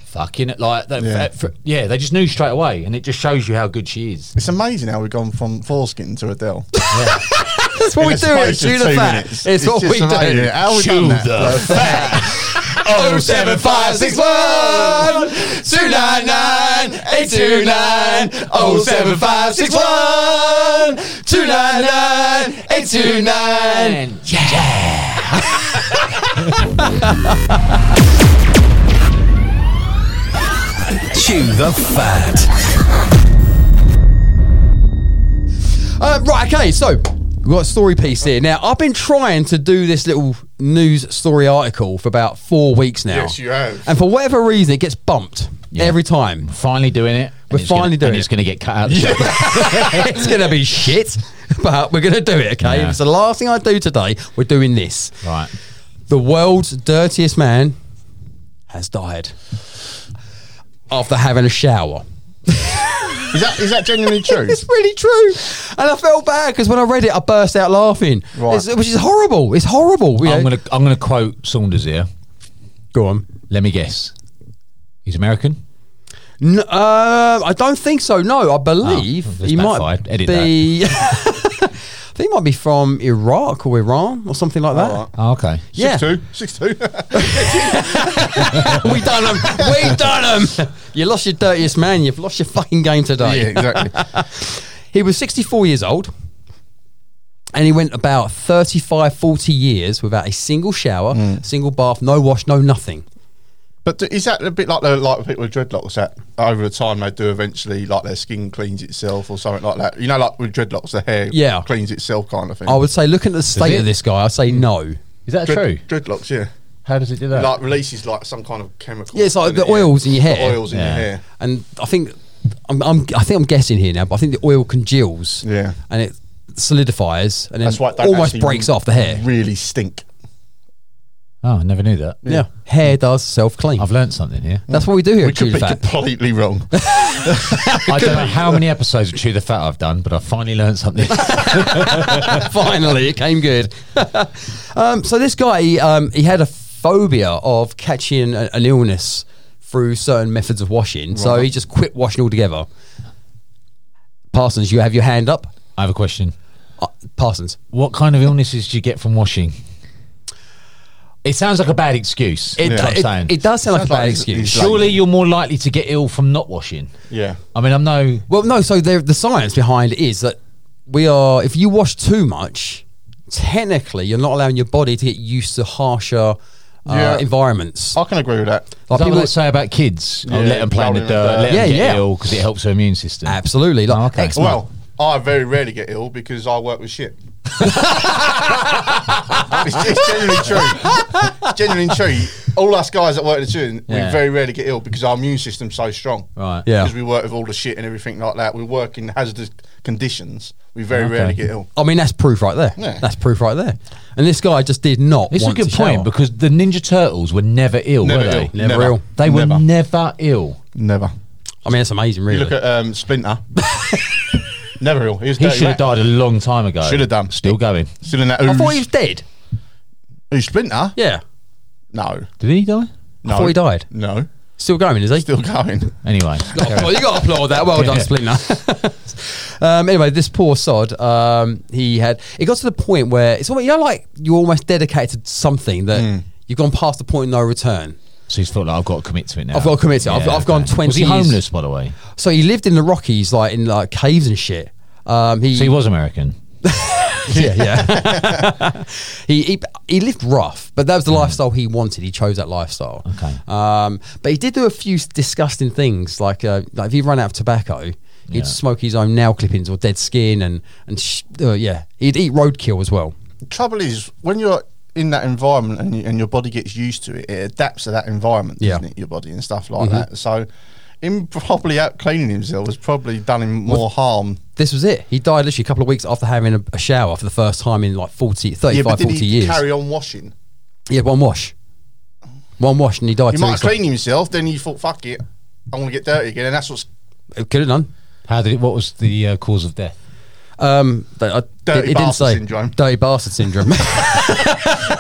C: fucking it!" Like, they,
B: Yeah.
C: yeah. yeah, they just knew straight away, and it just shows you how good she is.
B: It's amazing how we've gone from foreskin to Adele.
A: That's what we do. It's you the fact. It's, what we do.
B: How we done that? [LAUGHS]
A: Oh seven five six one two nine nine eight two nine oh seven five six one two nine nine eight two nine.
C: And
F: Chew the fat.
A: Uh, right, okay, so we've got a story piece here. Now, I've been trying to do this little news story article for about four weeks now.
B: Yes, you have.
A: And for whatever reason, it gets bumped every time. [LAUGHS]
C: finally doing it.
A: We're finally doing
C: and
A: it.
C: It's going to get cut out. of the show.
A: it's going to be shit, [LAUGHS] but we're going to do it, okay?
C: Yeah.
A: If it's the last thing I [LAUGHS] do today, we're doing this.
C: Right.
A: The world's dirtiest man has died after having a shower.
B: Is that is that genuinely true?
A: It's really true. And I felt bad because when I read it, I burst out laughing,
B: Right.
A: It's- which is horrible. It's horrible. you know.
C: I'm gonna I'm gonna quote Saunders here.
A: go on.
C: Let me guess. He's American.
A: N- uh, I don't think so. No, I believe
C: Oh, that's
A: he might
C: backfired. Edit
A: be. [LAUGHS] I think he might be from Iraq or Iran or something like that.
C: Oh, okay.
A: [LAUGHS] Yeah,
B: Two, six two. [LAUGHS]
A: [LAUGHS] we done them. We done [LAUGHS] them. You lost your dirtiest man. You've lost your fucking game today.
B: yeah, exactly.
A: He was 64 years old and he went about 35, 40 years without a single shower,
B: Mm.
A: single bath, no wash, no nothing.
B: But do- is that a bit like the like with people with dreadlocks that over the time they do eventually like their skin cleans itself or something like that? You know, like with dreadlocks, the hair
A: Yeah. Oh,
B: cleans itself kind of thing.
A: I would say, looking at the state Mm.
C: it?
A: of this guy, I'd say no.
C: Is that true?
B: Dread- Dreadlocks, yeah.
C: How does it do that?
B: Like releases like some kind of chemical.
A: Yeah, it's like
B: in
A: the
B: it, yeah.
A: oils in your hair.
B: The oils in
C: Yeah.
B: your hair.
A: And I think I'm, I'm, I think I'm guessing here now, but I think the oil congeals
B: Yeah.
A: and it solidifies and then
B: That's why it don't
A: almost
B: actually
A: breaks off the hair.
B: Really stink.
C: oh, I never knew that.
A: yeah. Hair does self clean.
C: I've learned something here.
A: That's what we do here
B: We
A: at Chew
B: could be
A: the
B: [LAUGHS]
A: Fat.
B: completely
A: [LAUGHS]
B: wrong.
C: I don't know how many episodes of Chew the Fat I've done, but I finally learned something.
A: Finally, it came good. [LAUGHS] um, so this guy, he, um, he had a phobia of catching a, an illness through certain methods of washing. So he just quit washing altogether. Parsons, you have your hand up.
C: I have a question.
A: Uh, Parsons,
C: What kind of illnesses do you get from washing? It sounds like a bad excuse.
A: it,
C: is what I'm saying.
A: it, it does sound like a
B: Sounds
A: bad
B: like he's-
A: excuse.
B: he's-
C: Surely you're more likely to get ill from not washing.
B: Yeah.
C: I mean, I'm no.
A: Well, no. So there, the science behind it is that we are. If you wash too much, technically, you're not allowing your body to get used to harsher. Uh,
B: Yeah.
A: environments.
B: I can agree with that.
A: Like
C: Oh, Is that
A: people-
C: what they say about kids? Oh,
B: Yeah,
C: let them play in the
B: rolling in the
C: dirt.
B: dirt.
C: Let
A: Yeah,
C: them get
A: yeah.
C: ill because it helps their immune system.
A: absolutely. Like,
C: Oh, okay.
A: eczema.
B: Well, I very rarely get ill because I work with shit. [LAUGHS] it's, it's genuinely true. It's genuinely true. All us guys that work in the gym,
C: Yeah.
B: we very rarely get ill because our immune system's so strong.
C: Right.
A: Yeah.
B: Because we work with all the shit and everything like that. We work in hazardous conditions. We very rarely get ill.
A: I mean, that's proof right there.
B: Yeah.
A: That's proof right there. And this guy just did not.
C: It's a
A: want
C: good
A: to
C: point
A: shower.
C: because the Ninja Turtles were never ill,
B: Never
C: were they?
B: ill.
A: Never ill.
C: They were
B: Never.
C: never ill.
B: Never.
A: I mean, it's amazing,
B: You
A: really.
B: look at um,
C: [LAUGHS]
B: Splinter. Never ill. He was
C: He should have died a long time ago.
B: Should have done.
C: Still going.
B: Still in that
A: I
B: ooze.
A: thought he was dead.
B: Who's Splinter?
A: Yeah,
B: No.
C: Did he die?
B: No.
A: I thought he died.
B: No.
A: Still going, is he?
B: Still going.
C: Anyway.
A: well, you got to applaud that. Well done, Splinter. um, anyway, this poor sod, um, he had. It got to the point where it's almost, you know, like you're almost dedicated to something that you've gone past the point of no return.
C: [LAUGHS] So he's thought, like, I've got to commit to it now.
A: I've got to commit to it. I've- I've gone 20
C: Was he
A: years.
C: homeless, by the way?
A: So he lived in the Rockies, like in like caves and shit. Um,
C: So he was American.
A: yeah, yeah.
B: [LAUGHS]
A: [LAUGHS] he, he he lived rough, but that was the
B: Mm.
A: lifestyle he wanted. He chose that lifestyle.
C: Okay.
A: Um, but he did do a few disgusting things, like uh, like if he ran out of tobacco, he'd
C: Yeah.
A: smoke his own nail clippings or dead skin, and and sh- uh, yeah, he'd eat roadkill as well.
B: trouble is when you're in that environment and, you, and your body gets used to it, it adapts to that environment,
A: Yeah.
B: doesn't it? Your body and stuff like that. So, him probably out cleaning himself has probably done him more harm.
A: This was it. He died literally a couple of weeks after having a, a shower for the first time in like 40, 35,
B: Yeah, but did
A: 40
B: he
A: years.
B: carry on washing?
A: he had one wash. One wash and he died.
B: He
A: two
B: might have
A: weeks later.
B: cleaned himself, then he thought, "Fuck it, I want to get dirty again," and that's what's
A: It Could have done.
C: How did it, what was the uh, cause of death?
A: Um, but I,
B: Dirty
A: it, it didn't
B: bastard
A: say
B: syndrome.
A: Dirty bastard syndrome. [LAUGHS]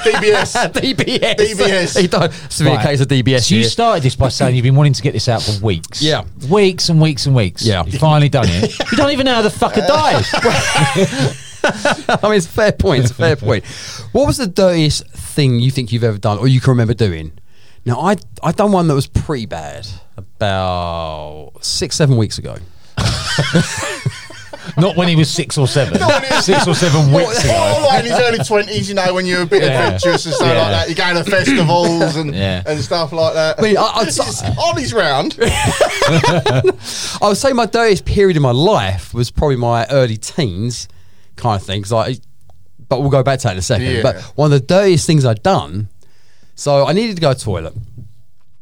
B: DBS.
A: DBS.
B: DBS.
A: He died. Severe
C: Right.
A: case of DBS.
C: So you
A: here.
C: started this by saying you've been wanting to get this out for weeks.
A: Yeah.
C: Weeks and weeks and weeks.
A: Yeah.
C: You've finally done it. you don't even know how the
A: [LAUGHS]
C: fucker died.
A: Uh, I mean, it's a fair point. It's a fair point. What was the dirtiest thing you think you've ever done or you can remember doing? Now, I I done one that was pretty bad about six, seven weeks ago.
C: Not when he was six or seven. six or
B: [LAUGHS]
C: seven weeks
B: Or
C: ago.
B: like in his early twenties, you know, when you're a bit
C: Yeah.
B: adventurous and stuff
C: Yeah.
B: like that, you're going to festivals and
C: Yeah.
B: and stuff like that.
A: I mean, I,
B: [LAUGHS]
A: I'd,
B: It's
A: s-
B: on his round.
A: I would say my dirtiest period in my life was probably my early teens kind of thing. 'cause I, but we'll go back to that in a second.
B: Yeah.
A: But one of the dirtiest things I'd done, so I needed to go to the toilet.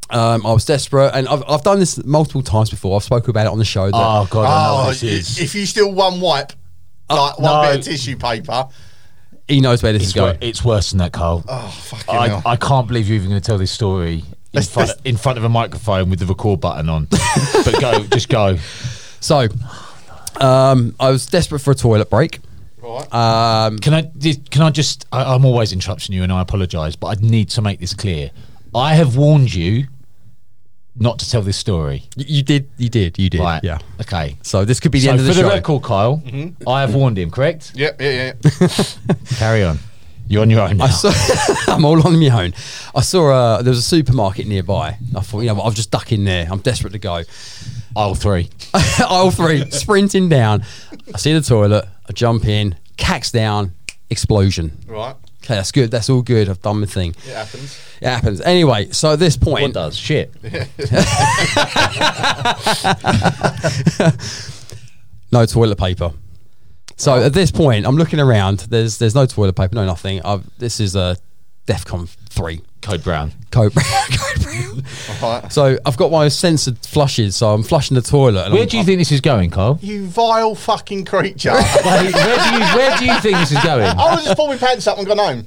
A: Um, I was desperate, and I've, I've done this multiple times before. I've spoken about it on the show. That
C: Oh, God, I know what
B: Oh,
C: this is.
B: if you still one wipe, like one
C: no.
B: bit of tissue paper,
A: he knows where this is
C: It's, wor-
A: going.
C: it's worse than that, Carl.
B: Oh, fucking hell.
C: I, I can't believe you're even going to tell this story in, front, in front of a microphone with the record
A: [LAUGHS]
C: button on. but go, just go.
A: So, um, I was desperate for a toilet break. Um,
C: Can I? did- Can I just? I, I'm always interrupting you, and I apologise, but I need to make this clear. I have warned you not to tell this story.
A: y- you did, you did, you did.
C: Right?
A: Yeah.
C: Okay.
A: So this could be the
C: So
A: end of the
C: for
A: show.
C: the record, Kyle, I have warned
A: [LAUGHS]
C: him. Correct?
B: Yeah, yeah, yeah. [LAUGHS] yeah.
C: Carry on. You're on your own. Now.
A: I saw, [LAUGHS] I'm all on my own. I saw uh, there was a supermarket nearby. I thought, you know, what, I'll just duck in there. I'm desperate to go.
C: Aisle three.
A: [LAUGHS] Aisle three, sprinting down. I see the toilet. I jump in. Cacks down. Explosion.
B: right.
A: Okay, that's good. That's all good. I've done my thing.
B: It happens.
A: It happens. Anyway, so at this point,
C: What
A: [LAUGHS]
C: does shit?
A: no toilet paper. So
C: Oh.
A: at this point, I'm looking around. There's there's no toilet paper, no nothing. I've, this is a DEFCON three
C: Code Brown.
A: code brown. Code brown.
B: Right.
A: [LAUGHS] So I've got my censored flushes. So I'm flushing the toilet. And
C: Where
A: I'm-
C: do you think this is going,
A: [LAUGHS]
C: Kyle?
B: You vile fucking creature.
C: Like, where do you Where do you think this
A: [LAUGHS]
C: is going?
B: I would have just pulled my pants up and gone home.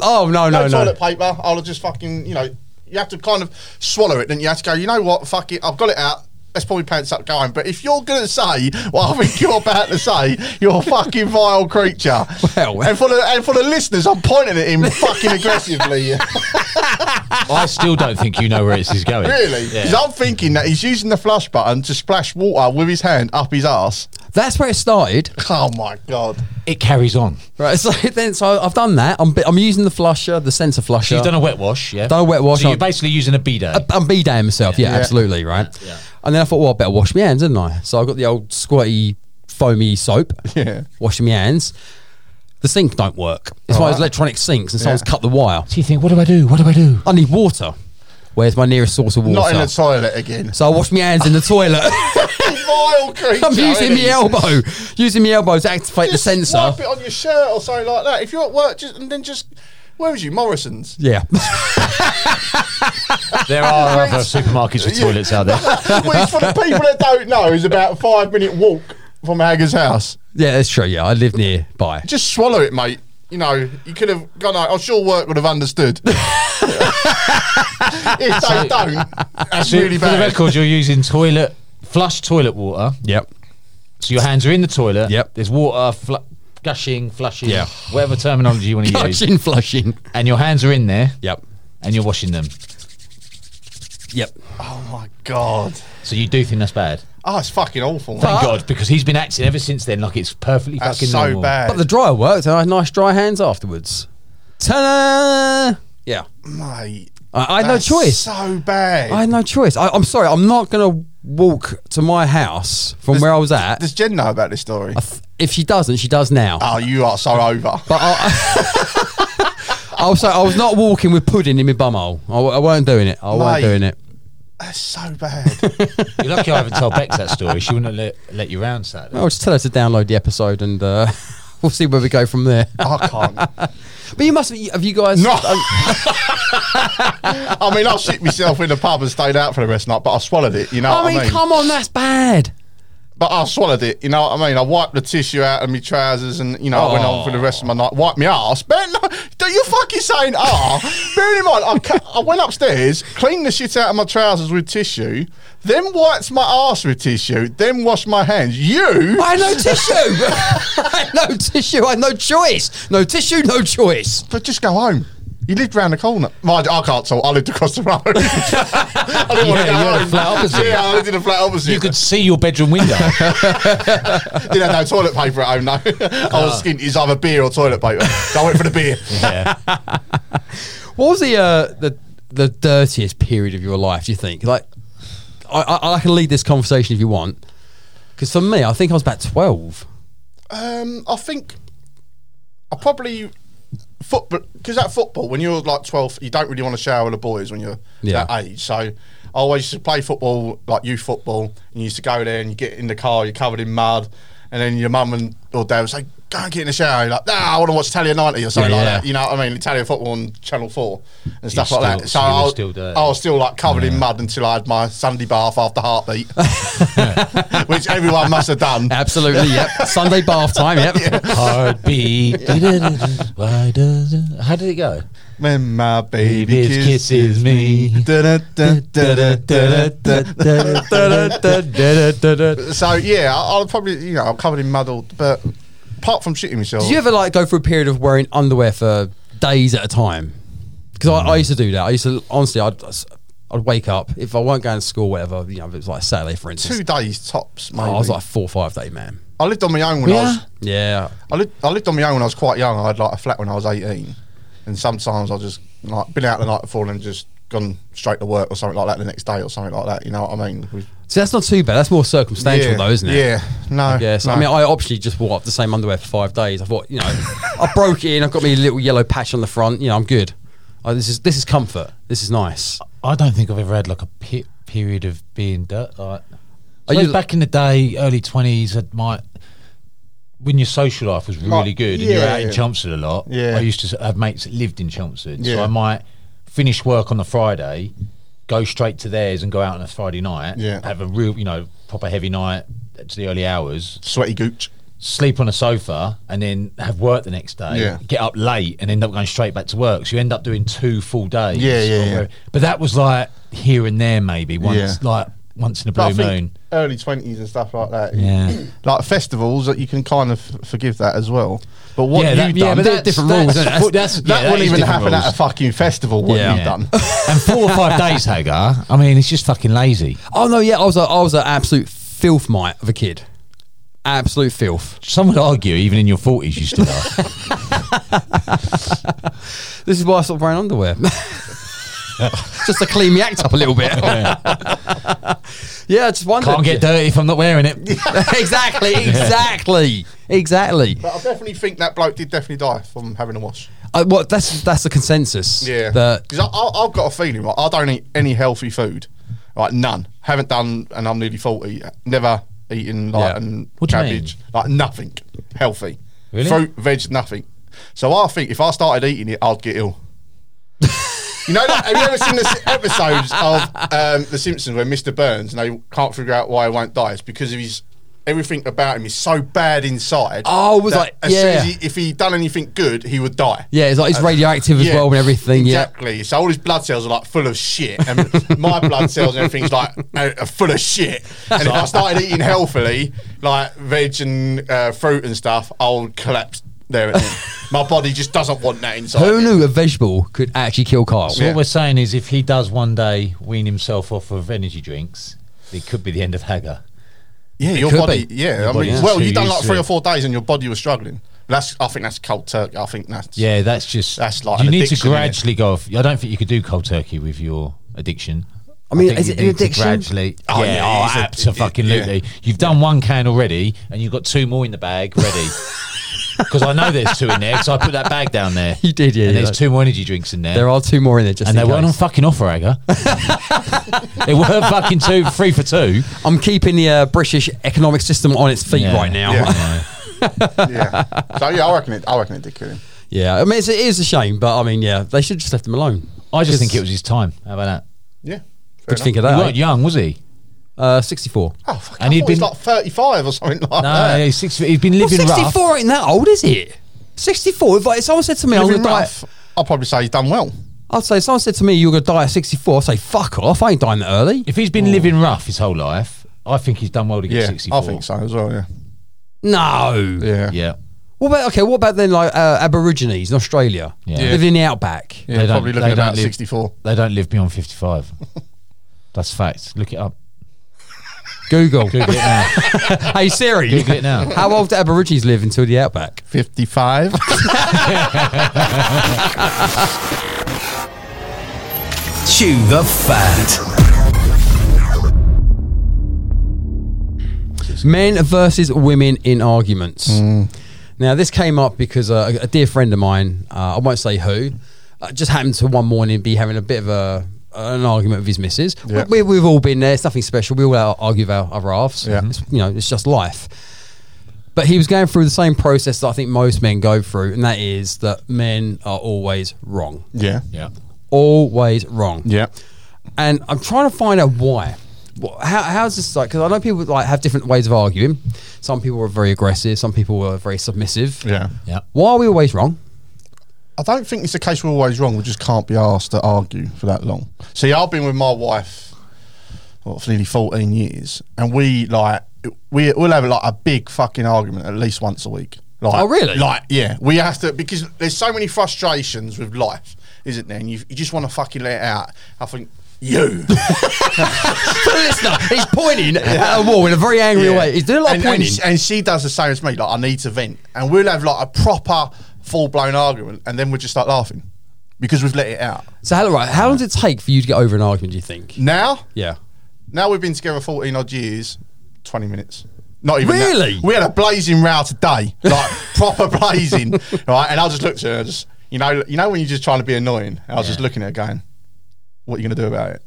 A: Oh no
B: No,
A: no no!
B: toilet paper. I would have just fucking, you know, you have to kind of swallow it, then you have to go, you know what, fuck it, I've got it out. Let's pull my pants up, go home. But if you're going to say what I think you're about to say, you're a fucking vile creature.
A: Well-
B: and, for the, and for the listeners, I'm pointing at him fucking aggressively.
C: I still don't think you know where this is going.
B: really? Because I'm thinking that he's using the flush button to splash water with his hand up his ass.
A: That's where it started.
B: Oh my God.
C: It carries on.
A: Right. So [LAUGHS] then so I've done that. I'm bi- I'm using the flusher, the sensor flusher.
C: So you've done a wet wash, yeah?
A: Done a wet wash,
C: So you're
A: I've-
C: basically using a bidet.
A: I'm b daying myself. Yeah, absolutely, right?
C: Yeah.
A: And then I thought, well, I better wash my hands, didn't I? So I got the old squirty, foamy soap,
B: [LAUGHS] Yeah.
A: washing my hands. The sink don't work. It's one of those electronic sinks, and someone's cut the wire.
C: so you think, what do I do? What do I do?
A: I need water. Where's my nearest source of water?
B: Not in the toilet again.
A: so I wash my hands in the toilet.
B: [LAUGHS]
A: [LAUGHS]
B: vile creature.
A: I'm using
B: isn't
A: my
B: he?
A: elbow, using my elbow to activate
B: Just
A: the sensor.
B: Wipe it on your shirt or something like that. If you're at work, just, and then just. Where was you? Morrison's.
A: Yeah. [LAUGHS]
C: [LAUGHS] There are other supermarkets with toilets out
B: [LAUGHS]
C: there.
B: Which, for the people that don't know, is about a five minute walk from Hagger's house.
A: yeah, that's true. Yeah, I live nearby.
B: Just swallow it, mate. You know, you could have gone. out. I'm sure work would have
A: [LAUGHS]
B: understood. if they don't, that's
C: So
B: really
C: for the
B: bad.
C: record, you're using toilet, flush toilet water.
A: Yep.
C: So your hands are in the toilet.
A: Yep.
C: There's water fl- gushing, flushing,
A: Yeah.
C: whatever terminology
A: [LAUGHS]
C: you want to use.
A: Flushing, flushing.
C: And your hands are in there
A: Yep.
C: and you're washing them.
A: Yep.
B: Oh my god!
C: So you do think that's bad.
B: Oh, it's fucking awful.
C: Thank
B: mate.
C: God, because he's been acting ever since then like it's perfectly
B: That's
C: fucking
B: so
C: normal.
B: bad.
A: But the dryer worked, and I had nice dry hands afterwards. Ta-da! Yeah,
B: mate,
A: I, I had no
B: that's
A: choice.
B: So bad.
A: I had no choice. I, I'm sorry, I'm not gonna walk to my house from where I was at.
B: Does Jen know about this story?
A: if she doesn't, she does now.
B: oh, you are so over.
A: [LAUGHS] But I, I [LAUGHS] was sorry, I was not walking with pudding in my bumhole. I, w- I weren't doing it. I
B: Mate.
A: weren't doing it.
B: That's so bad.
C: You're lucky I haven't told Bex that story. She wouldn't have let, let you round Saturday.
A: I'll Oh, just tell her to download the episode, and uh, [LAUGHS] we'll see where we go from there.
B: I
A: [LAUGHS]
B: can't.
A: But you must have you guys.
B: No. I mean, I shit myself in the pub and stayed out for the rest of the night, but I swallowed it. You know
A: I
B: what
A: mean,
B: [LAUGHS] I mean?
A: come on, that's bad.
B: But I swallowed it. You know what I mean? I wiped the tissue out of my trousers, and you know I went on for the rest of my night. Wiped my ass. But no, do you fucking saying
C: [LAUGHS]
B: ah? Bearing in mind, I, ca- I went upstairs, cleaned the shit out of my trousers with tissue, then wiped my ass with tissue, then washed my hands. You.
A: I had no tissue. [LAUGHS] I had no tissue. I had no choice. No tissue, no choice.
B: But just go home. You lived round the corner. Mind, you, I can't talk. I lived across the road. [LAUGHS] I didn't want to go
C: you're the
B: home.
C: flat opposite.
B: Yeah, I lived in the flat opposite.
C: You could see your bedroom window.
B: Didn't have no toilet paper at home, no. [LAUGHS] I
C: Ah.
B: was skint. It's either beer or toilet paper. So I went for the
C: [LAUGHS]
B: beer.
C: yeah.
A: What was the uh, the the dirtiest period of your life? Do you think? Like, I, I, I can lead this conversation if you want. Because for me, I think I was about twelve.
B: Um, I think I probably football because at football when you're like 12, you don't really want to shower with the boys when you're
A: Yeah.
B: that age. So I always used to play football like youth football, and you used to go there and you get in the car, you're covered in mud, and then your mum and or dad would say, "Go and get in the shower." You're like, nah, I want to watch Italia 90 or something
A: Yeah,
B: like
A: yeah.
B: that. You know what I mean? Italian football on Channel Four and stuff
C: You're
B: like that. So
C: still- so you were
B: I, was,
C: still dirty.
B: I was still like covered in mud until I had my Sunday bath after
C: [LAUGHS]
B: heartbeat, [LAUGHS] which everyone must have done.
A: Absolutely. Yep. [LAUGHS] Sunday [LAUGHS] bath time. Yep.
C: Heartbeat. Why does it- How did it go?
B: When my baby
C: Baby
B: kisses
C: kisses
B: me.
C: me.
B: So yeah, I- I'll probably you know I'm covered in muddled, but apart from shitting myself,
A: Did you ever like go through a period of wearing underwear for days at a time? Because I, I used to do that. I used to honestly, I'd I'd wake up if I weren't going to school, whatever. You know, if it was like Saturday, for instance.
B: two days tops, mate.
A: Oh, I was like four, five day man.
B: I lived on my own when I was
A: Yeah,
B: I lived, I lived on my own when I was quite young. I had like a flat when I was 18, and sometimes I just like been out the night before and just gone straight to work or something like that the next day or something like that. You know what I mean? We-
A: see, that's not too bad. That's more circumstantial,
B: yeah,
A: though, isn't it?
B: Yeah, no.
A: Yes,
B: no.
A: I mean, I optionally just wore up the same underwear for five days. I thought, you know, I broke it in. I've got me a little yellow patch on the front. You know, I'm good. Oh, this is this is comfort. This is nice.
C: I don't think I've ever had like a pe- period of being dirt. Like,
A: Are
C: I suppose
A: you-
C: back in the day, early twenties, my when your social life was really
B: Like,
C: good and you're
B: yeah,
C: out in
B: yeah.
C: Chelmsford a lot.
B: Yeah.
C: I used to have mates that lived in Chelmsford,
B: Yeah.
C: so I might finish work on the Friday, go straight to theirs, and go out on a Friday night.
B: Yeah.
C: have a real, you know, proper heavy night to the early hours,
B: sweaty gooch.
C: sleep on a sofa and then have work the next day,
B: Yeah.
C: get up late and end up going straight back to work. So you end up doing two full days.
B: Yeah, yeah,
C: Or
B: yeah.
C: where- But that was like here and there maybe once
B: Yeah.
C: like once in a
B: But
C: blue
B: I think
C: moon.
B: early twenties and stuff like that.
C: Yeah.
B: [CLEARS THROAT] like festivals that you can kind of forgive that as well. But what
C: Yeah,
B: you've
C: that-
B: done,
C: yeah,
B: that,
C: but that's-
A: different
B: [LAUGHS]
A: rules, isn't it?
C: That's, that's, yeah, that
B: wouldn't
C: is
B: even
C: different
B: happen
C: rules.
B: at a fucking festival. What
A: Yeah.
B: you've done.
C: [LAUGHS]
B: [LAUGHS]
C: and four or five days, Hagar. I mean, it's just fucking lazy.
A: Oh no, yeah, I was a, I was an absolute filth mite of a kid. Absolute filth.
C: Some would argue, even in your forties, you
B: [LAUGHS]
C: still are.
A: This is why I stopped wearing underwear. [LAUGHS] just to clean me act up a little
C: [LAUGHS]
A: bit. yeah, [LAUGHS] I just wondered.
C: Can't get dirty if I'm not wearing it.
A: [LAUGHS] exactly, exactly, exactly.
B: But I definitely think that bloke did definitely die from having a wash.
A: Uh, well, that's that's the consensus.
B: Yeah,
A: That
B: because I've got a feeling. Right, I don't eat any healthy food, like none. Haven't done, and I'm nearly forty. Never eaten like
A: Yeah.
B: and
C: What do you
B: cabbage, like nothing healthy.
C: Really?
B: Fruit, veg, nothing. So I think if I started eating it, I'd get ill. you know, that, have you ever seen the s- episodes of um, The Simpsons where Mr. Burns and they can't figure out why he won't die? It's because of his everything about him is so bad inside.
A: Oh, it was
B: that
A: like-
B: as soon as
A: yeah.
B: he, if he done anything good, he would die.
A: yeah, it's like
C: Uh,
A: it's radioactive as
B: Yeah,
A: well and everything.
B: Exactly. So all his blood cells are like full of shit, and [LAUGHS] my blood cells and everything's like are are full of shit. And if I started eating healthily, like veg and uh, fruit and stuff, I would collapse there. And then. My body just doesn't want that inside.
A: Yeah. Who
B: me.
A: knew a vegetable could actually kill Kyle?
C: So
B: Yeah.
C: what we're saying is, if he does one day wean himself off of energy drinks, it could be the end of Hagar.
B: Yeah, your
A: could
B: body.
A: be.
B: Yeah, I
C: body's
B: mean,
C: just
B: well,
C: too
B: you done
C: used
B: like
C: to
B: three
C: it.
B: or four days, and your body was struggling. That's. I think that's cold turkey. I think that's.
C: Yeah, that's just
B: That's like
C: you
B: an
C: need to
B: addiction, innit?
C: gradually go off. I don't think you could do cold turkey with your addiction. I
A: mean,
C: think
A: is
C: you
A: it an
C: need to
A: addiction?
C: Gradually,
B: Oh,
C: oh,
B: yeah,
C: yeah,
B: it is
C: oh,
B: a-
C: absolutely. You've done one can already, and you've got two more in the
A: [LAUGHS]
C: bag ready. Because I know there's two in there, because I put that bag down there.
A: You did, yeah,
C: And
A: yeah,
C: there's
A: like-
C: two more energy drinks in there.
A: There are two more in there, just
C: and they
A: in
C: weren't on
A: case.
C: fucking offer, Aga.
A: [LAUGHS]
C: they were fucking two, three for two.
A: I'm keeping the uh, British economic system on its feet
C: Yeah.
A: right now. [LAUGHS]
B: Yeah. [LAUGHS]
A: Yeah.
B: yeah. So yeah, I reckon it. I reckon it did kill him.
A: I mean, it's, it is a shame, but I mean, yeah, they should have just left him alone.
C: I just think it was his time. How about that?
B: Yeah.
A: What do you think of
C: He
A: that?
C: weren't young, was he?
A: eh? Uh, 64.
B: Oh, fuck,
C: And
B: I thought he
C: he'd
B: was
C: been-
B: like thirty-five or something like
C: No,
B: that.
C: Uh, he's six, he's been living
A: well,
C: rough.
A: 64 ain't that old, is it? 64. If, like, if someone said to me, I'm
B: Living
A: going to die.
B: rough, I'll probably say he's done well.
A: I'd say, if someone said to me, you're going to die at 64, I'd say, fuck off. I ain't dying that early.
C: If he's been living rough his whole life, I think he's done well to get
B: Oh. Yeah,
C: 64.
B: I think so as well. Yeah,
A: No.
B: yeah,
C: Yeah.
A: What about, okay, what about then, like, uh, Aborigines in Australia?
C: Yeah.
B: Yeah.
A: Living in the outback.
B: Yeah,
C: They don't-
B: probably
C: they
B: looking at
C: don't
B: about
C: live-
B: sixty-four.
C: They don't live
B: [LAUGHS]
C: beyond 55. That's fact. Look it up.
A: Google.
C: Google it
A: [LAUGHS]
C: now.
A: hey, Siri.
C: Google it
B: [LAUGHS]
C: now.
A: How old do Aborigines live until the outback?
B: 55.
F: Chew the fat.
A: Men versus women in arguments.
B: Mm.
A: Now, this came up because uh, a dear friend of mine, uh, I won't say who, uh, just happened to one morning be having a bit of a an argument with his missus. We-
B: Yeah.
A: We, we've all been there. It's nothing special. We all out- argue about our halves.
B: Yeah.
A: It's, you know, it's just life. But he was going through the same process that I think most men go through, and that is that men are always wrong.
B: [LAUGHS] Yeah.
C: Yeah.
A: Always wrong.
B: Yeah.
A: and I'm trying to find out why. What- How how's this like? Because I know people like have different ways of arguing. Some people are very aggressive. Some people are very submissive.
B: Yeah.
C: Yeah.
A: [LAUGHS] Why are we always wrong?
B: I don't think it's the case we're always wrong. We just can't be asked to argue for that long. See, I've been with my wife what, for nearly 14 years, and we like we we'll have like a big fucking argument at least once a week. Like,
A: Oh, really?
B: Like, yeah, we have to because there's so many frustrations with life, isn't there? And you, you just want to fucking let it out. I think you.
A: For the listener, he's [LAUGHS] pointing at a wall in a very angry
B: Yeah.
A: way. He's doing a lot
B: and,
A: of pointing.
B: And, and she does the same as me. Like I need to vent, and we'll have like a proper full blown argument, and then we'll just start laughing because we've let it out.
A: so, how, right, how long does it take for you to get over an argument? Do you think?
B: Now,
A: Yeah.
B: now we've been together fourteen odd years, twenty minutes. Not even that.
A: Really?
B: We had a blazing row today, like [LAUGHS] proper blazing, right? And I just looked at her, just you know, you know when you're just trying to be annoying. And I was just looking at her going, "What are you going to do about it?"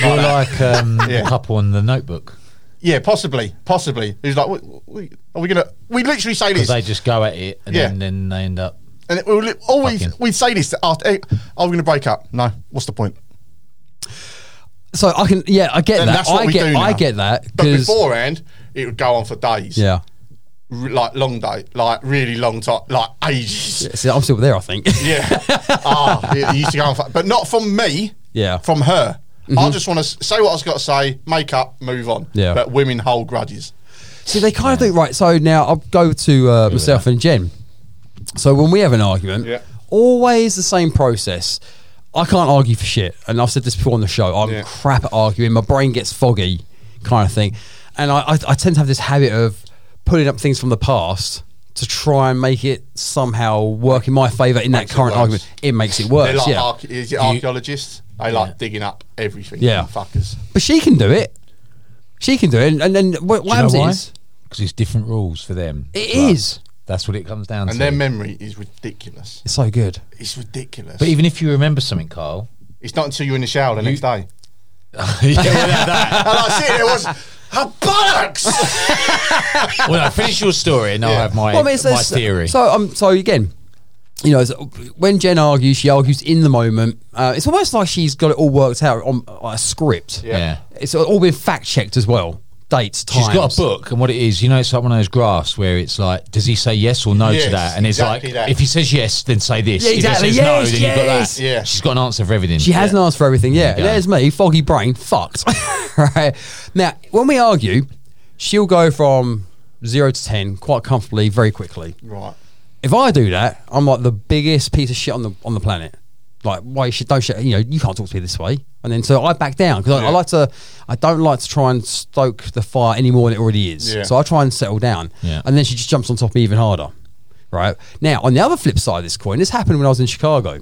C: You're like um,
B: [LAUGHS] Yeah.
C: the couple in the notebook.
B: Yeah, possibly, possibly. He's like, what, what- "Are we going to?" We literally say this.
C: Because they just go at it and
B: Yeah.
C: then, then they end up.
B: And it, we'll, always
C: Fucking-
B: we say this to after. Hey, are we going to break up? No. What's the point?
A: So I can. Yeah, I get
B: And
A: that.
B: that's what
A: I
B: we
A: get.
B: do now.
A: I get that.
B: But
A: 'cause-
B: beforehand, it would go on for days.
A: Yeah.
B: R- like long day, like really long time, like ages.
A: See, I'm still there. I think.
B: [LAUGHS]
A: [LAUGHS]
B: Yeah. Ah, it used to go on, for, but not from me.
A: Yeah. Mm-hmm.
B: From her. I just want to say what I've got to say, make up, move on.
A: Yeah.
B: But women hold grudges.
A: See, they kind of think right. So now I'll go to uh, myself and Jen. So when we have an argument,
B: Yeah.
A: always the same process. I can't argue for shit, and I've said this before on the show. I'm
B: Yeah.
A: crap at arguing. My brain gets foggy, kind of thing, and I, I, I tend to have this habit of pulling up things from the past to try and make it somehow work in my favour in that
B: Makes it
A: current
B: worse.
A: argument. It makes it worse.
B: They're like "Ah."
A: yeah,
B: arche- is it archaeologists. They like digging up everything.
A: Yeah.
B: Fuckers.
A: but she can do it. She can do it, and, and then what, what happens is
C: Because it's different rules for them.
A: It
C: It is.
A: is.
C: That's what it comes down
B: And
C: to.
B: their memory is ridiculous.
A: it's so good.
B: It's ridiculous.
C: but even if you remember
B: [LAUGHS]
C: something, Carl. [LAUGHS]
B: it's not until you're in the shower the next day.
C: yeah, well, that-
B: and I see it, it was a bollocks.
C: well, no, finish your story and I'll have my,
A: Well, I mean, it's-
C: my
A: it's-
C: theory.
A: So, um, so again, you know, so when Jen argues, she argues in the moment. Uh, it's almost like she's got it all worked out on uh, a script.
C: Yeah.
A: it's all been fact checked as well. Dates, times.
C: She's got a book, and what it is, you know, it's like one of those graphs where it's like, does he say yes or no
B: Yes,
C: to that? And it's
B: exactly
C: like,
B: that.
C: if he says yes, then say this.
A: Yeah, exactly.
C: If he
A: Yes,
C: says no, then you've got
A: yes.
C: that.
B: Yeah.
C: She's got an answer for everything.
A: She hasn't asked for everything. Yeah,
C: There you go.
A: there's me, foggy brain, fucked. [LAUGHS] right now, when we argue, she'll go from zero to ten quite comfortably, very quickly.
B: Right.
A: if I do that, I'm like the biggest piece of shit on the on the planet. Like, why you should don't shit, you know you can't talk to me this way. And then so I back down because I, I like to I don't like to try and stoke the fire any more than it already is.
B: Yeah.
A: So I try and settle down.
C: Yeah.
A: And then she just jumps on top of me even harder. Right now, on the other flip side of this coin, this happened when I was in Chicago.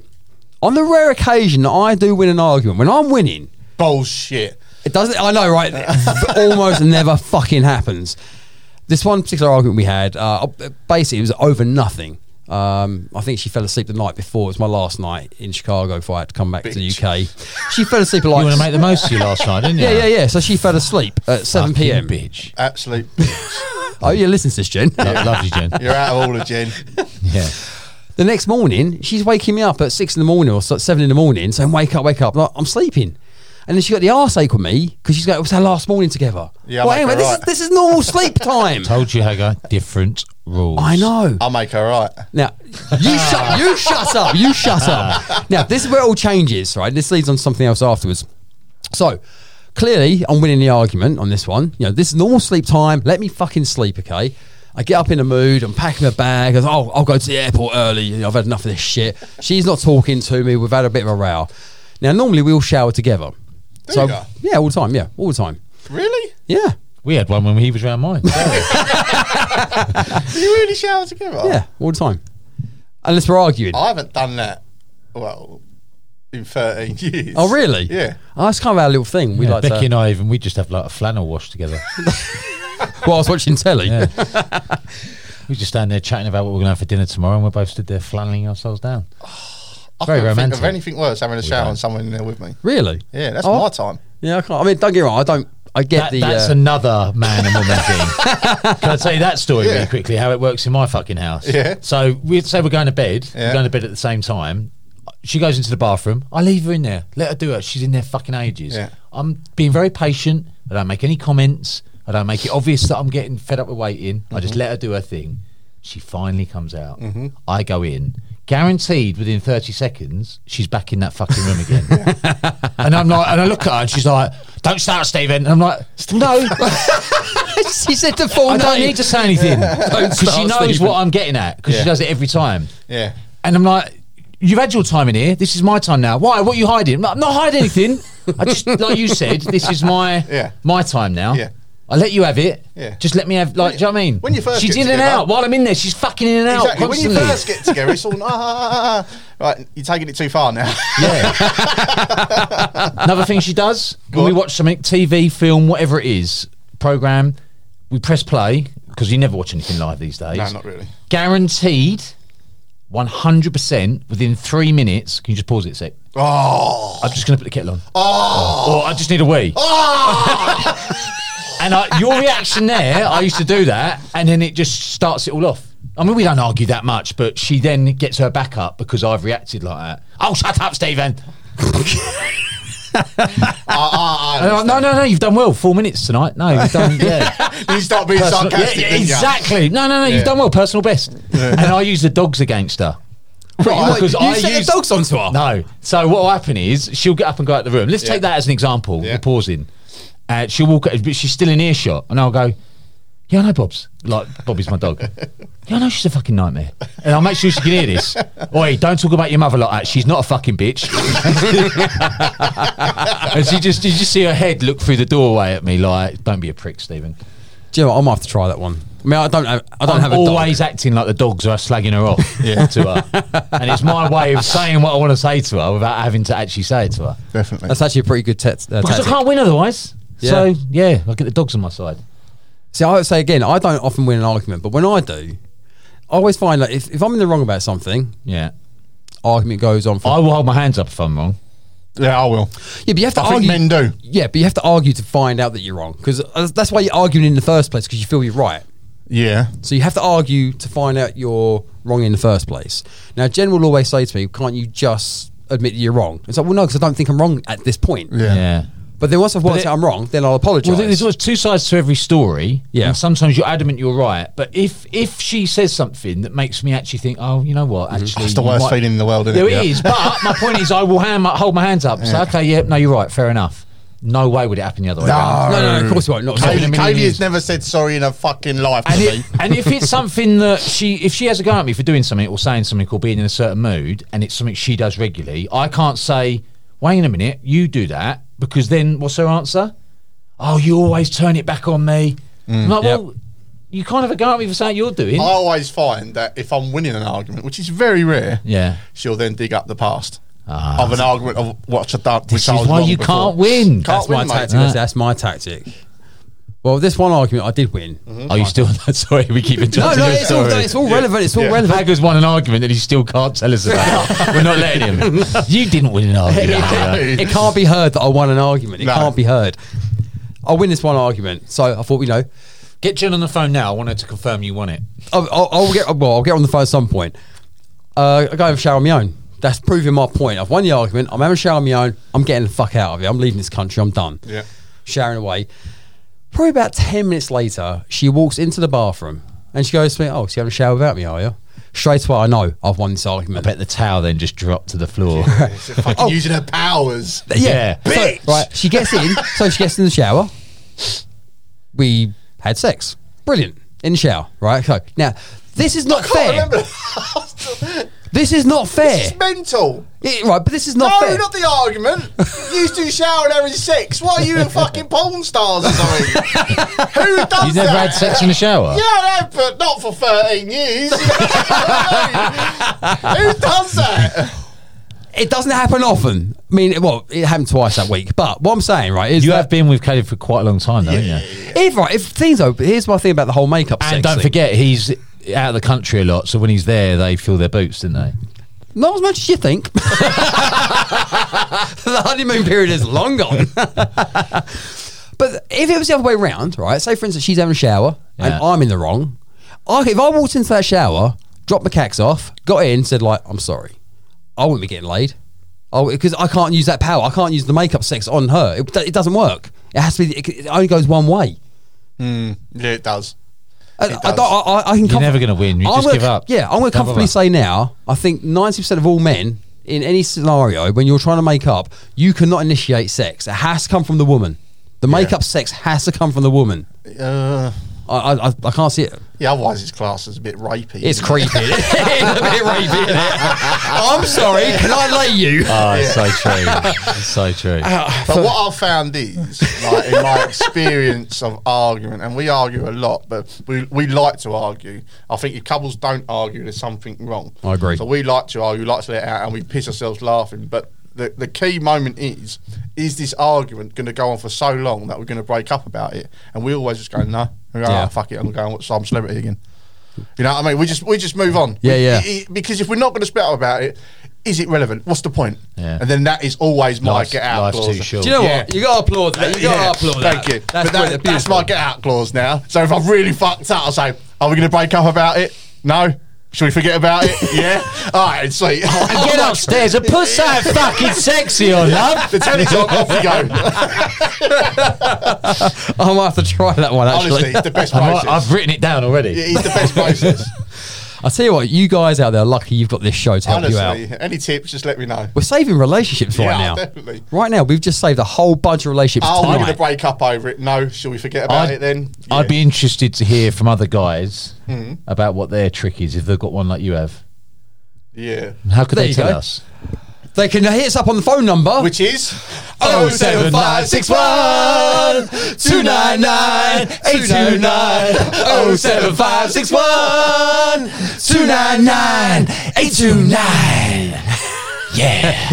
A: On the rare occasion that I do win an argument, when I'm winning,
B: Bullshit.
A: it doesn't. I know, right? [LAUGHS] It almost never fucking happens. This one particular argument we had, uh, basically, it was over nothing. Um, I think she fell asleep the night before. It was my last night in Chicago before I had to come back to the UK. She fell asleep at
C: You
A: like.
C: want to make the most of you last night, didn't you?
A: yeah, yeah, yeah. So she fell asleep at 7
C: Fucking
A: p.m.
C: bitch.
B: Absolute.
A: Oh, yeah, listen to this, Jen.
C: Lo- Love you, Jen.
B: You're out of all the gin.
C: Yeah.
A: [LAUGHS] The next morning, she's waking me up at six in the morning or so- seven in the morning, saying, "Wake up, wake up!" Like, I'm sleeping, and then she got the arse ache with me because she's going, "It was our last morning together."
B: Yeah,
A: well,
B: make her
A: anyway,
B: right.
A: this is this is
B: [LAUGHS]
A: normal sleep time.
C: Told you, Hagar, different rules.
A: I know.
B: I'll make her right.
A: Now,
B: [LAUGHS]
A: you shut you shut up. You shut up. Now, this is where it all changes, right? This leads on to something else afterwards. So, clearly, I'm winning the argument on this one. You know, this is normal sleep time. Let me fucking sleep, okay? I get up in a mood. I'm packing my bag. I was, oh, I'll go to the airport early. You know, I've had enough of this shit. She's not talking to me. We've had a bit of a row. Now, normally we all shower together. so,
B: ya?
A: yeah, all the time. Yeah, all the time.
B: Really?
A: Yeah,
C: We had one when he was round mine.
B: Do you really shower together?
A: yeah, all the time. Unless we're arguing.
B: I haven't done that. Well, in 13 years.
A: Oh, really?
B: Yeah.
A: Oh, that's kind of our little thing. We
C: Yeah,
A: like
C: Becky
A: to,
C: and I even we just have like a flannel wash together.
A: while I was watching telly.
C: Yeah. we just stand there chatting about what we're gonna have for dinner tomorrow, and we're both stood there flanneling ourselves down.
B: Oh, I
C: Very
B: can't
C: romantic.
B: think of anything worse having a shower and someone in there with me.
A: Really?
B: Yeah, that's
A: Oh.
B: my time.
A: Yeah, I can't. I mean, don't get me wrong. I don't. I get
C: That,
A: the.
C: that's
A: uh,
C: another man and
A: [LAUGHS]
C: woman thing. Can I tell you that story
B: Yeah.
C: really quickly? How it works in my fucking house.
B: Yeah.
C: So we'd say we're going to bed.
B: Yeah.
C: We're going to bed at the same time. She goes into the bathroom. I leave her in there. Let her do her. She's in there fucking ages.
B: Yeah.
C: I'm being very patient. I don't make any comments. I don't make it obvious that I'm getting
B: Mm-hmm.
C: fed up with waiting. I just let her do her thing. She finally comes out. I go in, guaranteed within 30 seconds, she's back in that fucking room
B: [LAUGHS]
C: again. and I'm like, and I look at her and she's like, don't start, Stephen. And I'm like,
B: [LAUGHS]
C: no,
A: she said the full
C: I don't
A: name.
C: need to say
B: [LAUGHS]
C: anything. Because she
A: start,
C: knows
A: Stephen.
C: what I'm getting at because
B: Yeah.
C: she does it every time.
B: Yeah.
C: And I'm like, you've had your time in here. This is my time now. Why? What are you hiding? I'm not- I'm not
B: [LAUGHS]
C: hiding anything. I just, like you said, this is my
B: Yeah.
C: my time now.
B: Yeah.
C: I let you have it.
B: Yeah.
C: Just let me have, like, do you know what I mean?
B: When you first
C: she's
B: get
C: in and
B: together-
C: out. While I'm in there, she's fucking in and out
B: Exactly. When you
C: constantly.
B: first get together, it's all ah, ah, ah, ah. right. You're taking it too far now.
C: Yeah. [LAUGHS] Another thing she does when we
B: on.
C: watch something, TV, film, whatever it is, program, we press play because you never watch anything live these days.
B: no, not really.
C: Guaranteed, one hundred percent within three minutes. Can you just pause it a sec?
B: Oh,
C: I'm just going to put the kettle on. [LAUGHS] Oh, or I just need a wee.
B: Oh.
C: and I, your reaction there, I used to do that, and then it just starts it all off. I mean, we don't argue that much, but she then gets her back up because I've reacted like that. Oh, shut up, Stephen.
B: Ah.
C: And I'm like, no, no, no, you've done well. Four minutes tonight. No, you've done, yeah.
B: you start being
C: Personal-
B: sarcastic.
C: yeah, yeah,
B: didn't ya?
C: exactly. No, no, no,
B: Yeah.
C: you've done well. Personal best. And I use the dogs against her.
A: Right,
C: because
A: you
C: I
A: set
C: use-
A: the dogs onto her.
C: No. So what will happen is she'll get up and go out the room. Let's take that as an example.
B: Yeah.
C: We're pausing. Uh, she'll walk, out, but she's still in earshot, and I'll go. Yeah, I know Bob's. Like Bobby's my
A: [LAUGHS]
C: dog. yeah, I know she's a fucking nightmare, and I'll make sure she can
A: [LAUGHS]
C: hear this. Oi, don't talk about your mother like that. She's not a fucking bitch. [LAUGHS] and she just, you just see her head look through the doorway at me, like, "Don't be a prick, Stephen."
A: Do you know what? I might have to try that one. I mean, I don't have, I don't
C: I'm
A: have a
C: always
A: dog.
C: acting like the dogs are slagging
A: [LAUGHS]
C: her off to her, and it's my way of saying what I want to say to her without having to actually say it to her.
B: Definitely.
A: That's actually a pretty good test. Uh,
C: Because I
A: tactic.
C: can't win otherwise.
A: Yeah.
C: So yeah, I get the dogs on my side.
A: See, I would say again, I don't often win an argument, but when I do, I always find like if, if I'm in the wrong about something,
C: Yeah,
A: argument goes on for.
C: I will hold my hands up if I'm wrong.
B: yeah, I will.
A: yeah, but you have to
B: I think
A: argue.
B: men do.
A: Yeah, but you have to argue to find out that you're wrong because that's why you're arguing in the first place because you feel you're right.
B: Yeah.
A: So you have to argue to find out you're wrong in the first place. Now, Jen will always say to me, "Can't you just admit that you're wrong?" It's like, well, no, because I don't think I'm wrong at this point.
B: Yeah.
A: But then once I've worked
C: it-
A: out I'm wrong, then I'll apologise.
C: Well, there's always two sides to every story.
A: Yeah.
C: And sometimes you're adamant you're right, but if if she says something that makes me actually think, oh, you know what, actually,
B: It's the
C: you
B: worst
C: might-
B: feeling in the world, isn't
C: [LAUGHS] There
B: it?
C: it
B: Yeah.
C: is. But my point is, I will hand my, hold my hands up. and Say, okay, yeah, no, you're right. Fair enough. No way would it happen the other way. around.
A: no, no, no, of course you won't. Not at all.
B: Kaylee,
C: Million
B: Kaylee
C: years.
B: has never said sorry in her fucking life.
C: And,
B: to
C: it,
B: me.
C: and
A: [LAUGHS]
C: if it's something that she, if she has a go at me for doing something or saying something or being in a certain mood, and it's something she does regularly, I can't say, "Wait a minute, you do that," because then what's her answer? Oh, you always turn it back on me.
A: Mm,
C: I'm like, well, you can't have a go at me for something you're doing.
A: Oh,
B: I always find that if I'm winning an argument, which is very rare,
C: Yeah. Ah.
B: she'll then dig up the past of an argument of what I done.
C: This is why you can't win.
B: Can't
A: That's my
B: win, mate. [LAUGHS]
A: tactic. That's, that's my tactic. Well, this one argument I did win.
B: Mm-hmm.
C: Are you still? [LAUGHS] Sorry, we keep
A: oh. No,
C: interrupting
A: no,
C: your
A: it's all,
C: story.
A: it's all relevant. It's all
B: Yeah.
A: relevant.
C: Hagger's won an argument that he still can't tell us
A: [LAUGHS]
C: about. We're not letting him. You didn't win an argument. Hagger.
A: It can't be heard that I won an argument. It
B: No.
A: can't be heard. I win this one argument, so I thought, you know,
C: Get Jen on the phone now. I want her to confirm you won it.
A: I'll, I'll, I'll get well. I'll get on the phone at some point. Uh, I go have a shower on my own. That's proving my point. I've won the argument. I'm having a shower on my own. I'm getting the fuck out of here. I'm leaving this country. I'm done.
B: Yeah.
A: Showering away. Probably about ten minutes later, she walks into the bathroom and she goes to me, "Oh, so you having a shower without me, are you?" Straight away, I know I've won this argument.
C: Bet the towel then just dropped to
A: [LAUGHS]
C: the floor.
B: Fucking
C: Oh.
B: using her powers.
C: yeah.
A: So, right. She gets in. so she gets in the shower. We had sex. Brilliant. In the shower. Right. So now this is not fair. This is not fair.
B: It's mental.
A: It- right, but this is not
B: No,
A: fair.
B: not the argument. you two shower and every sex. Why are you in fucking porn stars
C: [LAUGHS]
B: or something? Who does
C: You've never
B: that?
C: had sex in the shower?
B: yeah, no, but not for 13 years. [LAUGHS] Who does that?
A: it doesn't happen often. I mean, it- well, it happened twice that week. But what I'm saying, right, is
C: You
A: that
C: have been with Caleb for quite a long time, though, haven't you?
A: if right, if things open, here's my thing about the whole makeup.
C: And
A: sex
C: don't
A: thing.
C: forget, he's out of the country a lot, so when he's there, they fill their boots, didn't they?
A: not as much as you think. [LAUGHS] the honeymoon period is long gone. [LAUGHS] but if it was the other way around, right? Say for instance, she's having a shower
C: Yeah.
A: and I'm in the wrong. I, if I walked into that shower, dropped my cacks off, got in, said like, "I'm sorry," I wouldn't be getting laid. Oh, because I can't use that power. I can't use the makeup sex on her. It, it doesn't work. It has to be. It, only goes one way.
B: Yeah, Hmm. it does.
A: I, I, don't- I, I can
C: You're never gonna win. You
A: I'm
C: just
A: gonna-
C: give up.
A: Yeah, I'm going
C: Don't
A: to comfortably
C: bother.
A: say now. I think 90% of all men in any scenario, when you're trying to make up, you cannot initiate sex. It has to come from the woman. The make up sex has to come from the woman.
B: Uh,
A: I, I, I- I can't see it.
B: yeah, otherwise his class is a bit rapey.
A: It's
B: isn't it?
A: creepy. it's a bit rapey. isn't it? [LAUGHS] I'm sorry. Can I lay you?
C: Oh, it's so true. It's so true.
B: But what I've found is, like, in my experience of argument, and we argue a lot, but we, we like to argue. I think if couples don't argue, there's something wrong.
A: I agree.
B: So we like to argue, like to let it out, and we piss ourselves laughing. But the, the key moment is, is this argument going to go on for so long that we're going to break up about it? And we always just go, no. We go,
A: Yeah.
B: "Ah, fuck it, I'm going to go and watch some celebrity again. You know what I mean? We just we just move on.
A: Yeah,
B: We-
A: yeah.
B: i- i- because if we're not going to split up about it, is it relevant? What's the point?
C: Yeah.
B: And then that is always my
C: Life's-
B: get out
C: life's
B: clause.
C: too short.
A: Do you know
B: Yeah.
A: what? You got to applaud that. You got to
B: Yeah,
A: applaud that.
B: Thank you.
A: That's,
B: but
A: brilliant.
B: that, that's my get out clause now. So if I've really fucked up, I'll say, are we going to break up about it? No. Should we forget about
A: [LAUGHS]
B: it? yeah. All right, sweet.
C: And get upstairs and
A: [LAUGHS]
C: put something fucking sexy on, love.
B: the telly's on, off you go.
A: I might have to try that one, actually.
B: Honestly,
A: [LAUGHS]
B: it's the best
C: I'm-
B: process.
C: I've written it down already.
B: It is the
C: [LAUGHS]
B: best process.
A: I tell you what, you guys out there, are lucky you've got this show to help you out.
B: Honestly, any tips, just let me know.
A: We're saving relationships right
B: Yeah, [LAUGHS]
A: now.
B: definitely.
A: Right now, we've just saved a whole bunch of relationships
B: Oh, we're going to
A: tonight.
B: break up over it. No. Should we forget about
C: I'd-
B: it then?
C: I'd
B: Yeah.
C: be interested to hear from other guys about what their trick is if they've got one like you have.
B: Yeah.
C: How could
A: There
C: they
A: you
C: tell
A: go.
C: us?
A: They can uh, hit us up on the phone number.
B: Which is
A: 07561 299 829 07561 299 829 Yeah.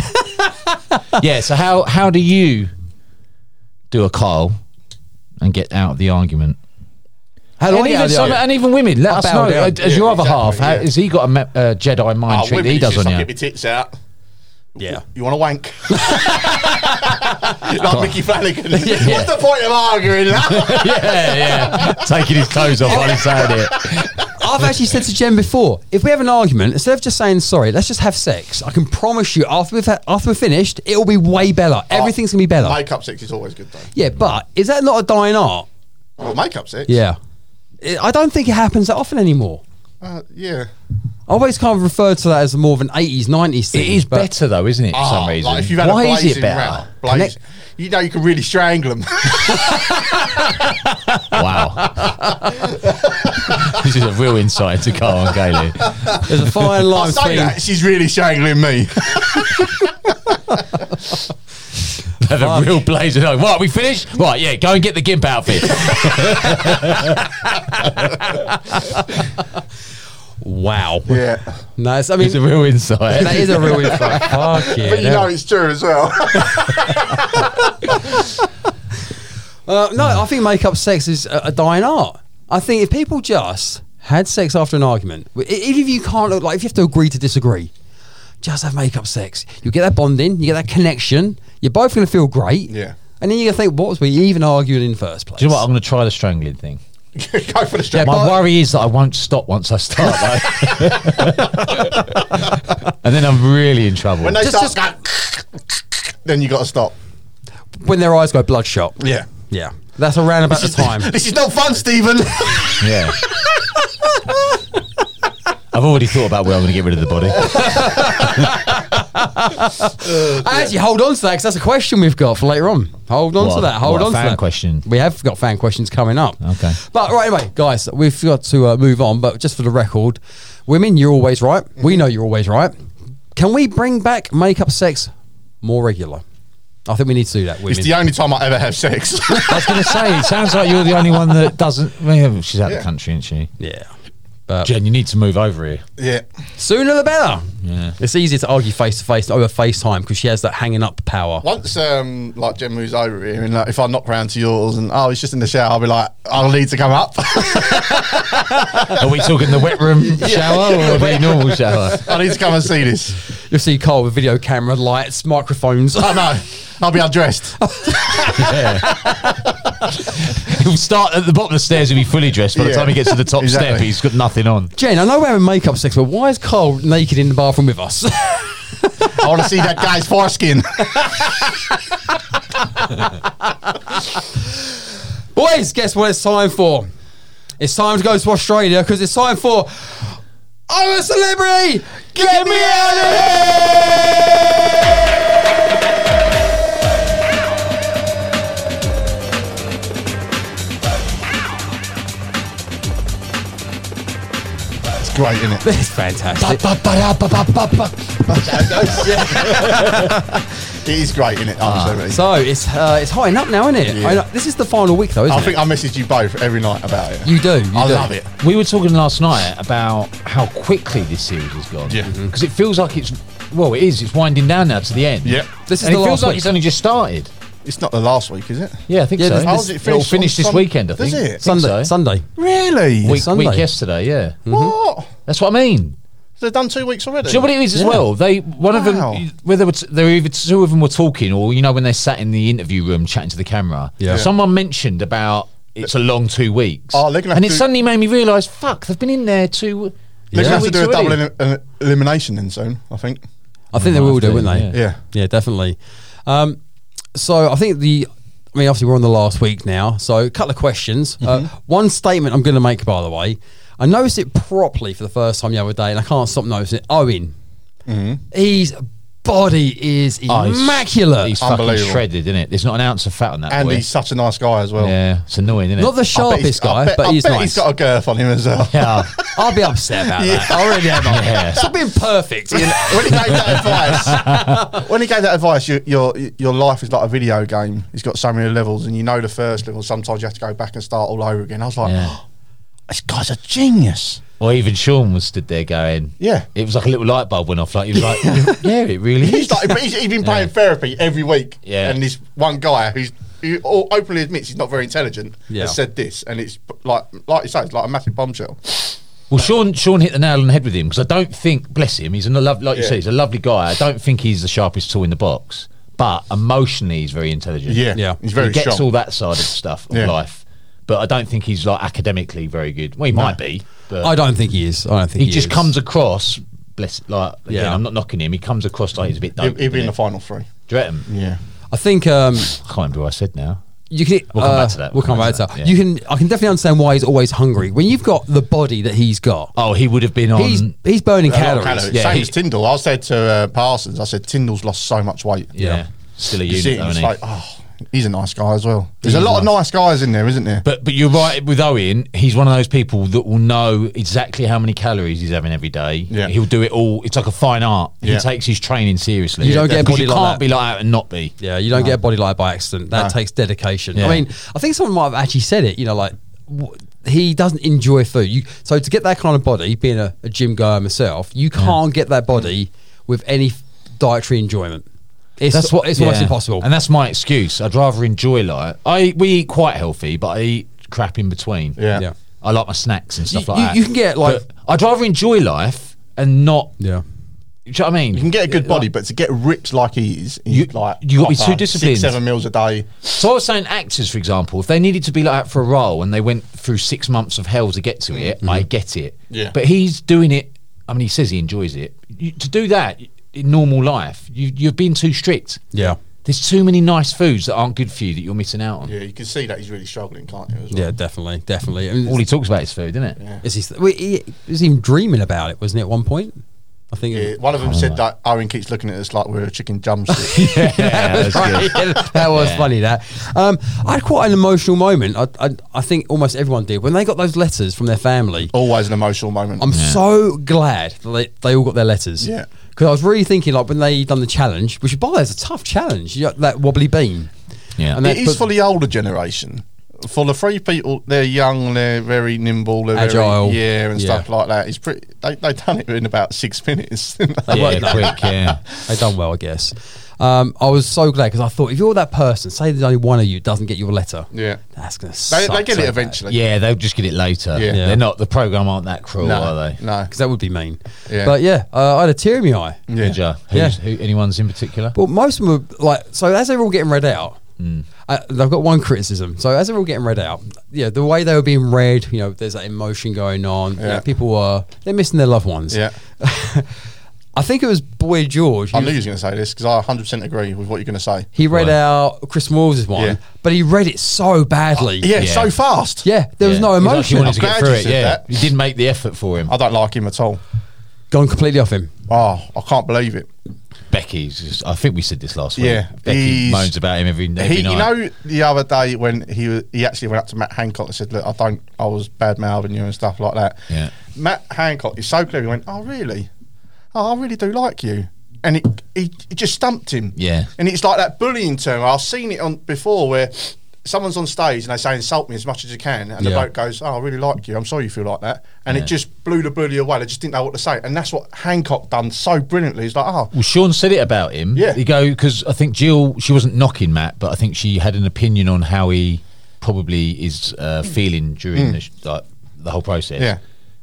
C: [LAUGHS] yeah. So how how do you do a Kyle and get out of the argument?
A: How do
C: And
A: I get
C: even,
A: out of the
C: some,
A: argument?
C: and even women, let us
A: bow
C: know.
A: down.
C: As as
B: Yeah,
C: your other
B: exactly,
C: half, how,
B: yeah.
C: has he got a me- uh, Jedi mind
B: Oh,
C: trick that
B: women,
C: he
B: it's
C: does
B: just
C: on
B: like,
C: you?
B: Get my tits out.
A: Yeah.
B: You want to
C: [LAUGHS]
B: wank? like Mickey Flanagan.
C: Yeah.
B: What's the point of arguing that?
C: yeah, yeah. Taking his clothes off while he's saying it.
A: I've actually said to Jen before, if we have an argument, instead of just saying sorry, let's just have sex. I can promise you, after we've ha- after we're finished, it'll be way better.
B: Oh,
A: Everything's gonna be better.
B: [LAUGHS] makeup sex is always good though.
A: yeah, but is that not a dying art?
B: Well, makeup sex.
A: Yeah, I I don't think it happens that often anymore.
B: Uh, yeah.
A: I always kind of refer to that as more of an eighties, nineties thing.
C: It is
A: but-
C: better though, isn't it? For
B: Ah,
C: some reason.
B: Like if you've had
C: Why
B: a
C: is it
B: blazing
C: better?
B: row, blaze,
A: Connect-
B: you know you can really strangle [LAUGHS] them.
C: Wow. [LAUGHS] this is a real insight to Carl and Gailey.
A: There's a
C: [LAUGHS]
A: fine
B: I
A: line
B: say
A: between.
B: that she's really strangling me.
C: [LAUGHS] Have a real blazer. on. Right, we finished? Right, yeah, go and get the gimp [LAUGHS] outfit.
A: Wow.
B: yeah,
A: No, it's, I mean
C: It's a real insight.
A: that is a
C: [LAUGHS]
A: real info. Fuck yeah.
B: but you know it's true as well. [LAUGHS]
A: Uh, no, I think makeup sex is a, a dying art. I think if people just had sex after an argument, i- even if you can't, like, if you have to agree to disagree, just have makeup sex. You get that bonding, you get that connection. You're both going to feel great.
B: Yeah.
A: And then you're going to think, what was we even arguing in the first place?
C: Do you know what? I'm going to try the strangling thing.
B: Go for the strap.
C: My worry is that I won't stop once I start. though. [LAUGHS] and then I'm really in trouble.
B: when they
A: Just-
B: start, going, [LAUGHS] then you got to stop.
A: when their eyes go bloodshot.
B: Yeah.
A: Yeah. That's around about the time.
B: This is not fun, Stephen.
C: [LAUGHS] yeah. I've already thought about where I'm going to get rid of the [LAUGHS] body.
A: Actually, hold on to that because that's a question we've got for later on. Hold on
C: What
A: to
C: a-
A: that. Hold
C: what a
A: on
C: fan
A: to that.
C: question.
A: We have got fan questions coming up.
C: Okay.
A: But right, anyway, guys, we've got to uh, move on. But just for the record, women, you're always right. We know you're always right. Can we bring back makeup sex more regular? I think we need to do that.
B: It's
A: Women.
B: the only time I ever have sex.
C: I was going to say, it sounds like you're the only one that doesn't. Well, she's out of the country, isn't she?
A: yeah.
C: Uh, Jen, you need to move over here.
B: yeah. [LAUGHS]
A: Sooner the better. Yeah. It's easier to argue face to face over FaceTime because she has that hanging up power.
B: Once, um, like Jen moves over here, and like, if I knock round to yours and oh, he's just in the shower, I'll be like, I'll need to come up. [LAUGHS]
C: Are we talking the wet room shower or the normal shower?
B: I need to come and see this.
A: You'll see Carl with video camera, lights, microphones. Uh,
B: Oh no, I'll be undressed.
C: He'll start at the bottom of the stairs. He'll be fully dressed. By the
B: Yeah.
C: time he gets to the top step,
B: Exactly.
C: he's got nothing on.
A: Jane, I know we're having makeup sex, but why is Carl naked in the bathroom with us? [LAUGHS]
B: I want to see that guy's foreskin. [LAUGHS]
A: Boys, guess what it's time for? It's time to go to Australia because it's time for I'm a celebrity. Get, me out of here.
B: It's great, isn't it?
A: It's fantastic.
B: It is great, isn't it? Absolutely.
A: Ah, So it's uh, it's high up now, isn't it?
B: Yeah.
A: I know- this is the final week though, isn't
B: I
A: it?
B: think I message you both every night about it.
A: you do. You
B: I
A: do.
B: love it.
C: We were talking last night about how quickly this series has gone. Yeah. Because it feels like it's, well, it is. It's winding down now to the end.
B: Yep.
A: This is
C: and
A: the
C: it feels
A: last
C: like
A: week.
C: it's only just started.
B: It's not the last week, is it?
C: Yeah, I think
A: Yeah,
C: so.
A: this-
B: How does it
C: It'll
B: finish
C: finish
B: on
C: this
B: Sun-
C: weekend, I
B: Does
C: think.
B: it?
C: Think
A: Sunday.
C: so.
A: Sunday.
B: Really?
C: Week,
A: Sunday.
C: week yesterday, yeah.
B: What?
A: Mm-hmm.
C: That's what I mean.
B: They've done two weeks already.
C: Do you know what it is as well? They one of
B: Wow.
C: them, whether it's, they were either two of them were talking, or you know when they sat in the interview room chatting to the camera.
A: Yeah.
C: Someone mentioned about it's a long two weeks.
B: Oh, they're gonna have
C: and it
B: to-
C: suddenly made me realise, fuck, they've been in there two.
B: They're going
C: two
B: to have
C: weeks
B: to do a double
C: already.
B: elim- an elimination then soon, I think.
A: I think they will do, wouldn't they?
B: Yeah.
A: Yeah, definitely. Um, so I think the, I mean, obviously we're on the last week now. So a couple of questions.
B: Mm-hmm.
A: Uh, one statement I'm going to make, by the way. I noticed it properly for the first time the other day, and I can't stop noticing it. Owen,
B: Mm-hmm.
A: his body is
C: Oh, he's-
A: immaculate.
C: He's fucking
B: Unbelievable.
C: shredded, isn't it? There's not an ounce of fat on that.
B: And
C: boy.
B: he's such a nice guy as well.
C: yeah, it's annoying, isn't it?
A: not
C: [LAUGHS]
B: I
A: the
B: bet he's-
A: Oh, sharpest
B: I
A: guy,
B: bet-
A: but
B: I
A: he's
B: bet
A: nice.
B: he's got a girth on him as well.
C: yeah.
A: I'll be
B: [LAUGHS]
A: upset about that. I already am.
C: Yeah.
A: Stop being perfect.
B: You know, when he gave that advice, when he gave that advice, your your your life is like a video game. It's got so many levels, and you know the first level. Sometimes you have to go back and start all over again. I was like,
C: Yeah.
B: [GASPS] this guy's a genius.
C: Or even Sean was stood there going,
B: Yeah.
C: It was like a little light bulb went off. Like he was like, [LAUGHS] yeah, it really is.
B: He's like, but he's, he's been playing therapy every week.
C: Yeah.
B: and this one guy who's who all openly admits he's not very intelligent
A: Yeah.
B: has said this, and it's like like you say, it's like a massive bombshell.
C: Well, Sean Sean hit the nail on the head with him because I don't think, bless him, he's a love like you
B: Yeah.
C: said, he's a lovely guy. I don't think he's the sharpest tool in the box, but emotionally he's very intelligent.
A: Yeah.
B: he's very
C: he gets
B: strong.
C: all that side of stuff of
B: Yeah.
C: life, but I don't think he's like academically very good. Well, he might be, but
A: I don't think he is. I don't think
C: he,
A: he,
C: just
A: is.
C: comes across. Bless, like again,
A: Yeah.
C: I'm not knocking him. He comes across like he's a bit
B: He'll,
C: dope.
B: he'll be in
C: isn't
B: the
C: he?
B: final three.
C: Do you reckon?
B: Yeah,
A: I think um,
C: I can't remember what I said now.
A: you can.
C: We'll come
A: uh,
C: back to that.
A: We'll come back to that.
C: yeah.
A: You can. I can definitely understand why he's always hungry. When you've got the body that he's got,
C: Oh, he would have been on.
A: he's he's burning
B: A lot of
A: calories.
B: calories.
C: yeah,
B: Same
C: he-
B: as Tyndall. I said to uh, Parsons, I said Tyndall's lost so much weight.
C: yeah, still a
B: You
C: unit,
B: see
C: though,
B: it, and
C: isn't
B: it's
C: he?
B: like, oh, he's a nice guy as well. There's a lot of nice guys in there, isn't there?
C: But but you're right with Owen. He's one of those people that will know exactly how many calories he's having every day.
B: Yeah.
C: He'll do it all. It's like a fine art. He
B: Yeah.
C: takes his training seriously.
A: You don't get a
C: Because
A: body
C: you
A: like
C: can't
A: that.
C: be like that and not be.
A: Yeah, you don't get a body like by accident. That
B: No.
A: takes dedication.
C: Yeah.
A: I mean, I think someone might have actually said it. You know, like w- he doesn't enjoy food. You, so to get that kind of body, being a, a gym guy myself, you can't get that body with any f- dietary enjoyment. It's
C: That's what
A: it's
C: yeah.
A: almost impossible.
C: And that's my excuse. I'd rather enjoy life. I we eat quite healthy, but I eat crap in between.
B: Yeah.
A: yeah,
C: I like my snacks and stuff
A: You-
C: like
A: you-
C: that.
A: you can get, like-
C: But I'd rather enjoy life and not.
A: yeah.
C: Do you know what I mean?
B: You can get a good body, but to get ripped like he is,
C: You-
B: you, like
C: you gotta be
B: proper
C: too disciplined.
B: Six, seven meals a day.
C: So I was saying actors, for example, if they needed to be like that for a role and they went through six months of hell to get to it, I get it.
B: Mm-hmm. Yeah.
C: But he's doing it. I mean, he says he enjoys it. You, to do that in normal life, you, you've been too strict.
A: Yeah.
C: There's too many nice foods that aren't good for you that you're missing out on.
B: Yeah, you can see that he's really struggling, can't you? As well?
A: Yeah, definitely, definitely. I mean,
C: All he talks about is food, isn't it?
A: Is he, well, he he was even dreaming about it, wasn't he, at one point? I think.
B: Yeah, one of them said that Owen keeps looking at us like we're a chicken drumstick.
C: Yeah,
A: [LAUGHS]
C: that's good.
A: that was funny. That um, I had quite an emotional moment. I, I, I think almost everyone did when they got those letters from their family.
B: Always an emotional moment.
A: I'm so glad that they, they all got their letters.
B: Yeah.
A: because I was really thinking like when they done the challenge, which by the way is a tough challenge. You got that wobbly bean.
C: Yeah.
A: and
B: it
A: that,
B: is for the older generation. For the three people, they're young, they're very nimble, they're
A: Agile.
B: very, yeah, and
A: Yeah.
B: stuff like that. It's pretty. They they done it in about six minutes. [LAUGHS]
C: Yeah, quick, [LAUGHS] yeah.
A: they done well, I guess. Um, I was so glad because I thought if you're that person, say there's only one of you doesn't get your letter.
B: Yeah.
A: that's gonna.
B: They,
A: suck
B: they get
A: so
B: it
A: bad.
B: eventually.
C: Yeah, they'll just get it later.
B: Yeah.
C: They're not, the programme aren't that cruel,
B: No,
C: are they?
B: no.
A: because that would be mean.
B: Yeah.
A: But yeah, uh, I had a tear in my eye.
C: Did ya? Who's, who, anyone's in particular?
A: Well, most of them were like so. As they were all getting read out,
B: Mm.
A: I, I've got one criticism. So as they were all getting read out, yeah, the way they were being read, you know, there's that emotion going on. You know,
B: Yeah.
A: people are they're missing their loved ones.
B: Yeah.
A: I think it was Boy George.
B: I
A: He-
B: knew you was going to say this because I 100% agree with what you're going to say.
A: He read out Chris Moore's one,
B: Yeah. Oh,
A: but he read it so badly.
B: Yeah,
C: Yeah.
B: so fast.
A: Yeah, there was
C: Yeah.
A: no
C: He's like, he
A: emotion.
C: wanted to
B: I'm glad
C: get through
B: you
C: it.
B: said
C: Yeah,
B: that.
C: you didn't make the effort for him.
B: I don't like him at all.
A: Gone completely off him.
B: Oh, I can't believe it.
C: Becky's. Just, I think we said this last week.
B: Yeah,
C: Becky
B: he's-
C: moans about him every, every
B: He,
C: night.
B: you know, the other day when he was, he actually went up to Matt Hancock and said, "Look, I don't, I was bad mouthing you and stuff like that."
C: Yeah.
B: Matt Hancock is so clever. He went, "Oh, really? Oh, I really do like you." And it, he, it just stumped him.
C: Yeah.
B: And it's like that bullying term. I've seen it on before where someone's on stage and they say insult me as much as you can, and the
A: Yeah.
B: bloke goes, "Oh, I really like you. I'm sorry you feel like that." And it just blew the bully away. They just didn't know what to say, and that's what Hancock done so brilliantly. He's like, "Oh,
C: Well, Sean said it about him.
B: Yeah.
C: He go because I think Jill she wasn't knocking Matt, but I think she had an opinion on how he probably is uh, feeling during the, sh- like, the whole process.
B: Mm. Yeah.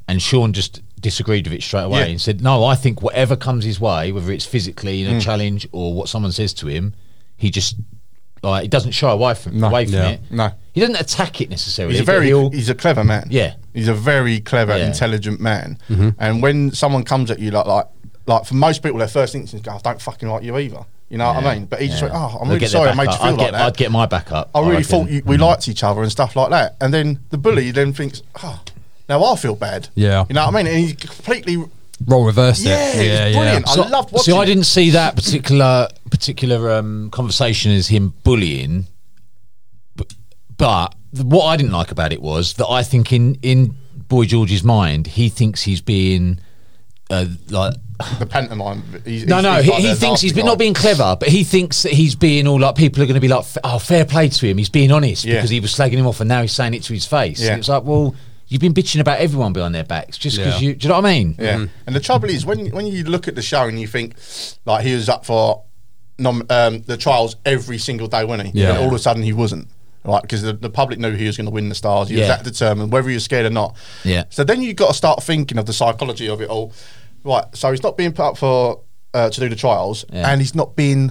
C: And Sean just disagreed with it straight away
B: Yeah.
C: and said, "No, I think whatever comes his way, whether it's physically
B: Mm.
C: in a challenge or what someone says to him, he just like he doesn't shy away from, away from
B: No.
C: it.
B: No.
C: he doesn't attack it necessarily.
B: He's a
C: but
B: very
C: he'll-
B: he's a clever man.
C: Yeah.
B: he's a very clever,
C: Yeah. Mm-hmm.
B: intelligent man. And when someone comes at you like like like for most people, their first instinct is, "I don't fucking like you either." You know what I mean? But he just
C: yeah.
B: went, "Oh, I'm
C: They'll
B: really
C: get their
B: sorry, I
C: back
B: made you
C: up.
B: feel
C: I'd
B: like
C: get,
B: that."
C: I'd get Mm-hmm. my back up.
B: I really
C: reckon.
B: thought you, we liked each other and stuff like that. And then the bully then thinks, "Oh, now I feel bad."
A: Yeah.
B: you know what I mean? And he completely
A: Role reversed
B: yeah,
A: it.
B: it was brilliant. I loved watching.
C: See, I
B: it.
C: didn't
B: [LAUGHS]
C: see that particular particular um, conversation as him bullying, but, but the, what I didn't like about it was that I think in in Boy George's mind, he thinks he's being uh, like
B: the pantomime. He's,
C: no,
B: he's-
C: no.
B: he's
C: He,
B: like
C: he
B: the
C: thinks he's
B: nasty
C: been,
B: guy.
C: not being clever, but he thinks that he's being all like people are going to be like, f- oh, fair play to him. He's being honest
B: Yeah.
C: because he was slagging him off, and now he's saying it to his face.
B: Yeah.
C: And it's like, well, you've been bitching about everyone behind their backs just because
A: Yeah.
C: you. Do you know what I mean?
B: Yeah. And the trouble is when when you look at the show and you think like he was up for nom- um, the trials every single day, wasn't he?
A: Yeah.
B: And all of a sudden he wasn't. Right, because the, the public knew he was going to win the stars. He was
C: Yeah.
B: that determined, whether he was scared or not.
C: Yeah.
B: So then you've got to start thinking of the psychology of it all. Right. So he's not being put up for uh, to do the trials,
C: Yeah.
B: and he's not being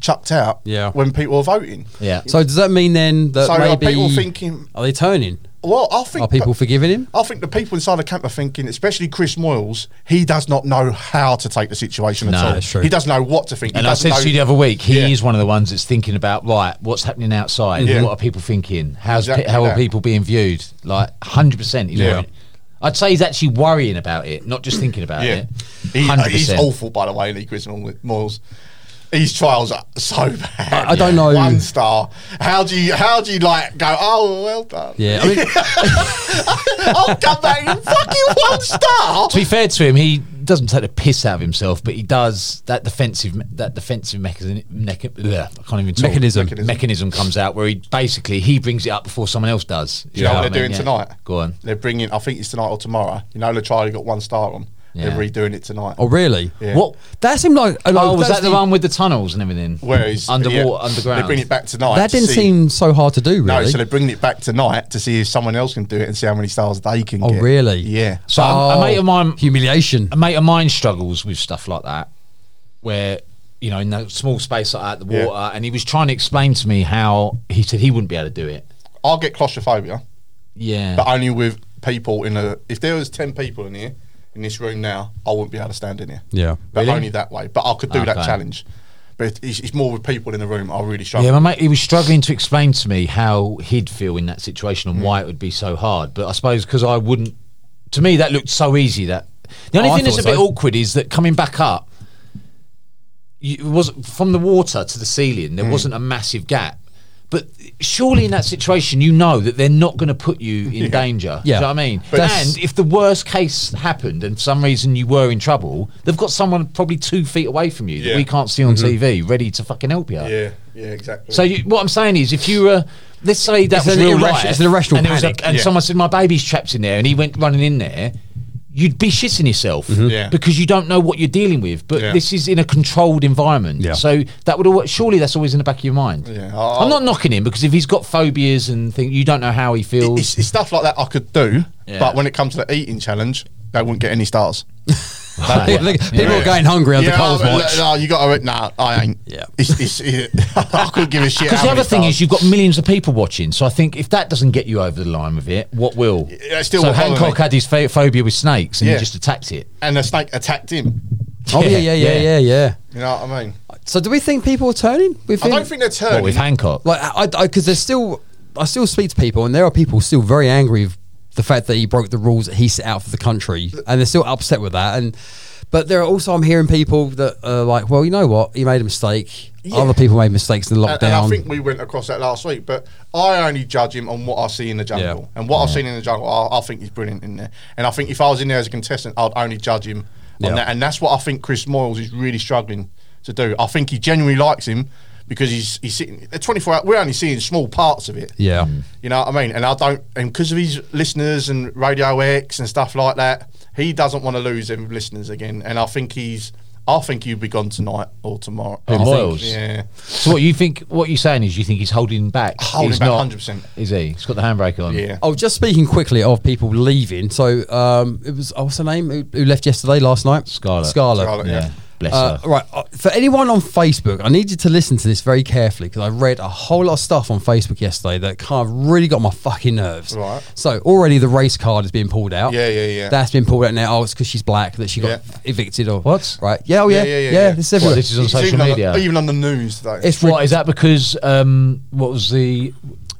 B: chucked out.
A: Yeah.
B: When people are voting.
C: Yeah.
A: So does that mean then that
B: So are
A: maybe
B: people thinking-
A: are they turning?
B: Well, I think
A: Are people forgiving him?
B: I think the people inside the camp are thinking, especially Chris Moyles, he does not know how to take the situation at all.
A: that's true.
B: He doesn't know what to think. He
C: And I
B: doesn't
C: said to
B: know-
C: you the other week, he
B: Yeah.
C: is one of the ones that's thinking about right, what's happening outside?
B: Yeah.
C: What are people thinking? How's pe-
B: Exactly
C: how are
B: that.
C: people being viewed? Like hundred percent, he's
B: Yeah.
C: worried. I'd say he's actually worrying about it, not just thinking about
B: Yeah.
C: it.
B: He- uh,
C: Hundred
B: he's
C: percent.
B: awful, by the way, Lee Chris Moyles. His trials are so [LAUGHS] bad.
A: I don't know.
B: One star. How do you? How do you like go? Oh, well done.
A: Yeah, I mean,
B: [LAUGHS] I'll come back and fucking one star.
C: [LAUGHS] To be fair to him, he doesn't take the piss out of himself, but he does that defensive me- that defensive mechanism. Mecha, bleh, I can't even talk.
A: Mechanism.
C: mechanism comes out where he basically he brings it up before someone else does.
B: Do you know what
C: I
B: they're doing
C: mean? Yeah.
B: tonight?
C: Go on.
B: They're bringing. I think it's tonight or tomorrow. You know, Latrali got one star on.
C: Yeah.
B: They're redoing it tonight.
A: oh really?
B: Yeah.
A: What? That seemed like oh, no,
C: Oh, was that
A: that's
C: the one with the tunnels and everything?
B: Where is
C: underwater, underground?
B: They bring it back tonight.
A: That
B: to
A: didn't
B: see-
A: seem so hard to do,
B: No,
A: really.
B: so they're bringing it back tonight to see if someone else can do it and see how many stars they can
A: oh
B: get.
A: really?
B: Yeah.
C: So a- a mate of mine
A: humiliation.
C: a mate of mine struggles with stuff like that, where you know in a small space like that, the
B: Yeah.
C: water, and he was trying to explain to me how he said he wouldn't be able to do it.
B: I'll get claustrophobia,
C: Yeah,
B: but only with people in a. If there was ten people in here in this room now, I wouldn't be able to stand in here.
A: Yeah.
B: but
C: Really?
B: only that way. But I could do
C: Okay.
B: that challenge. But it's, it's more with people in the room. I really struggle.
C: yeah, my mate, he was struggling to explain to me how he'd feel in that situation and
A: Hmm.
C: why it would be so hard. But I suppose because I wouldn't, to me that looked so easy. That the only
A: Oh, I
C: thing that's a
A: thought
C: bit
A: so.
C: awkward is that coming back up, you, it was from the water to the ceiling.
A: Hmm.
C: There wasn't a massive gap. But surely in that situation, you know that they're not going to
A: [LAUGHS]
C: put you in danger.
A: Yeah.
C: Do you know what I mean?
A: But-
C: and if the worst case happened and for some reason you were in trouble, they've got someone probably two feet away from you
B: Yeah.
C: that we can't see on
A: Mm-hmm.
C: TV ready to fucking help you.
B: yeah, yeah, exactly.
C: So you, what I'm saying is, if you were, let's say that
A: It's
C: was
A: an
C: real
A: irration-
C: life,
A: it's an irrational
C: and, there was a-
A: panic.
C: and
B: Yeah.
C: someone said my baby's trapped in there, and he went running in there, you'd be shitting yourself
A: Mm-hmm.
B: Yeah.
C: because you don't know what you're dealing with. But
B: Yeah.
C: this is in a controlled environment,
A: Yeah.
C: so that would al- surely that's always in the back of your mind.
B: Yeah,
C: i
B: I'll-
C: am not knocking him because if he's got phobias and things, you don't know how he
B: It-
C: feels.
B: it's, it's stuff like that I could do,
C: Yeah.
B: but when it comes to the eating challenge, they wouldn't get any stars.
A: [LAUGHS] People people are going hungry under
B: Yeah,
A: Coles
B: no,
A: watch.
B: No, you got to. No, I ain't.
A: Yeah.
B: It's, it's, it, [LAUGHS] I couldn't give a
C: [LAUGHS]
B: shit.
C: because
B: how
C: the
B: many
C: other thing
B: stars.
C: is, you've got millions of people watching, so I think if that doesn't get you over the line with it, what will?
B: it still
C: so
B: won't bother
C: Hancock
B: me.
C: had his pho- phobia with snakes, and
B: Yeah.
C: he just attacked it.
B: and the snake attacked him.
A: Oh yeah, yeah, yeah, yeah, yeah.
B: You know what I mean?
A: So do we think people are turning? We
B: I don't think they're
C: What
B: turning.
C: with Hancock?
A: like I because there's still I still speak to people and there are people still very angry with the fact that he broke the rules that he set out for the country and they're still upset with that and but there are also I'm hearing people that are like well you know what he made a mistake other people made mistakes in the
B: and, and I
A: lockdown
B: think we went across that last week, but I only judge him on what I see in the jungle.
A: Yeah.
B: And what I've seen in the jungle, I, I think he's brilliant in there. And I think if I was in there as a contestant, I'd only judge him
A: Yeah.
B: on that. And that's what I think Chris Moyles is really struggling to do. I think he genuinely likes him because he's he's sitting at 24 hours. We're only seeing small parts of it.
A: yeah
C: Hmm.
B: You know what I mean? And I don't, and because of his listeners and Radio X and stuff like that, he doesn't want to lose them listeners again. And I think he's, I think he'll be gone tonight or tomorrow. I think-
C: Moyles?
B: Yeah.
C: So what you think? What you saying is you think he's holding back?
B: Holding
C: he's
B: back
C: not-
B: 100%.
C: Is he? He's got the handbrake on.
B: Yeah.
A: oh just speaking quickly of people leaving so um it was oh, what's her name who, who left yesterday last night
C: Scarlett.
A: Scarlett
B: Scarlett,
C: Yeah.
B: Yeah.
C: Bless
A: Uh,
C: her.
A: right, uh, for anyone on Facebook, I need you to listen to this very carefully because I read a whole lot of stuff on Facebook yesterday that kind of really got my fucking nerves.
B: Right.
A: So already the race card has been pulled out.
B: Yeah, yeah, yeah.
A: That's been pulled out now. Oh, it's because she's black that she got
B: Yeah.
A: evicted or
C: What?
A: Right? Yeah, oh yeah, yeah, This is everywhere.
C: What, this is on
B: It's
C: social
B: even
C: media?
B: On the, even on the news today.
A: It's
C: What is that? Because um, what was the?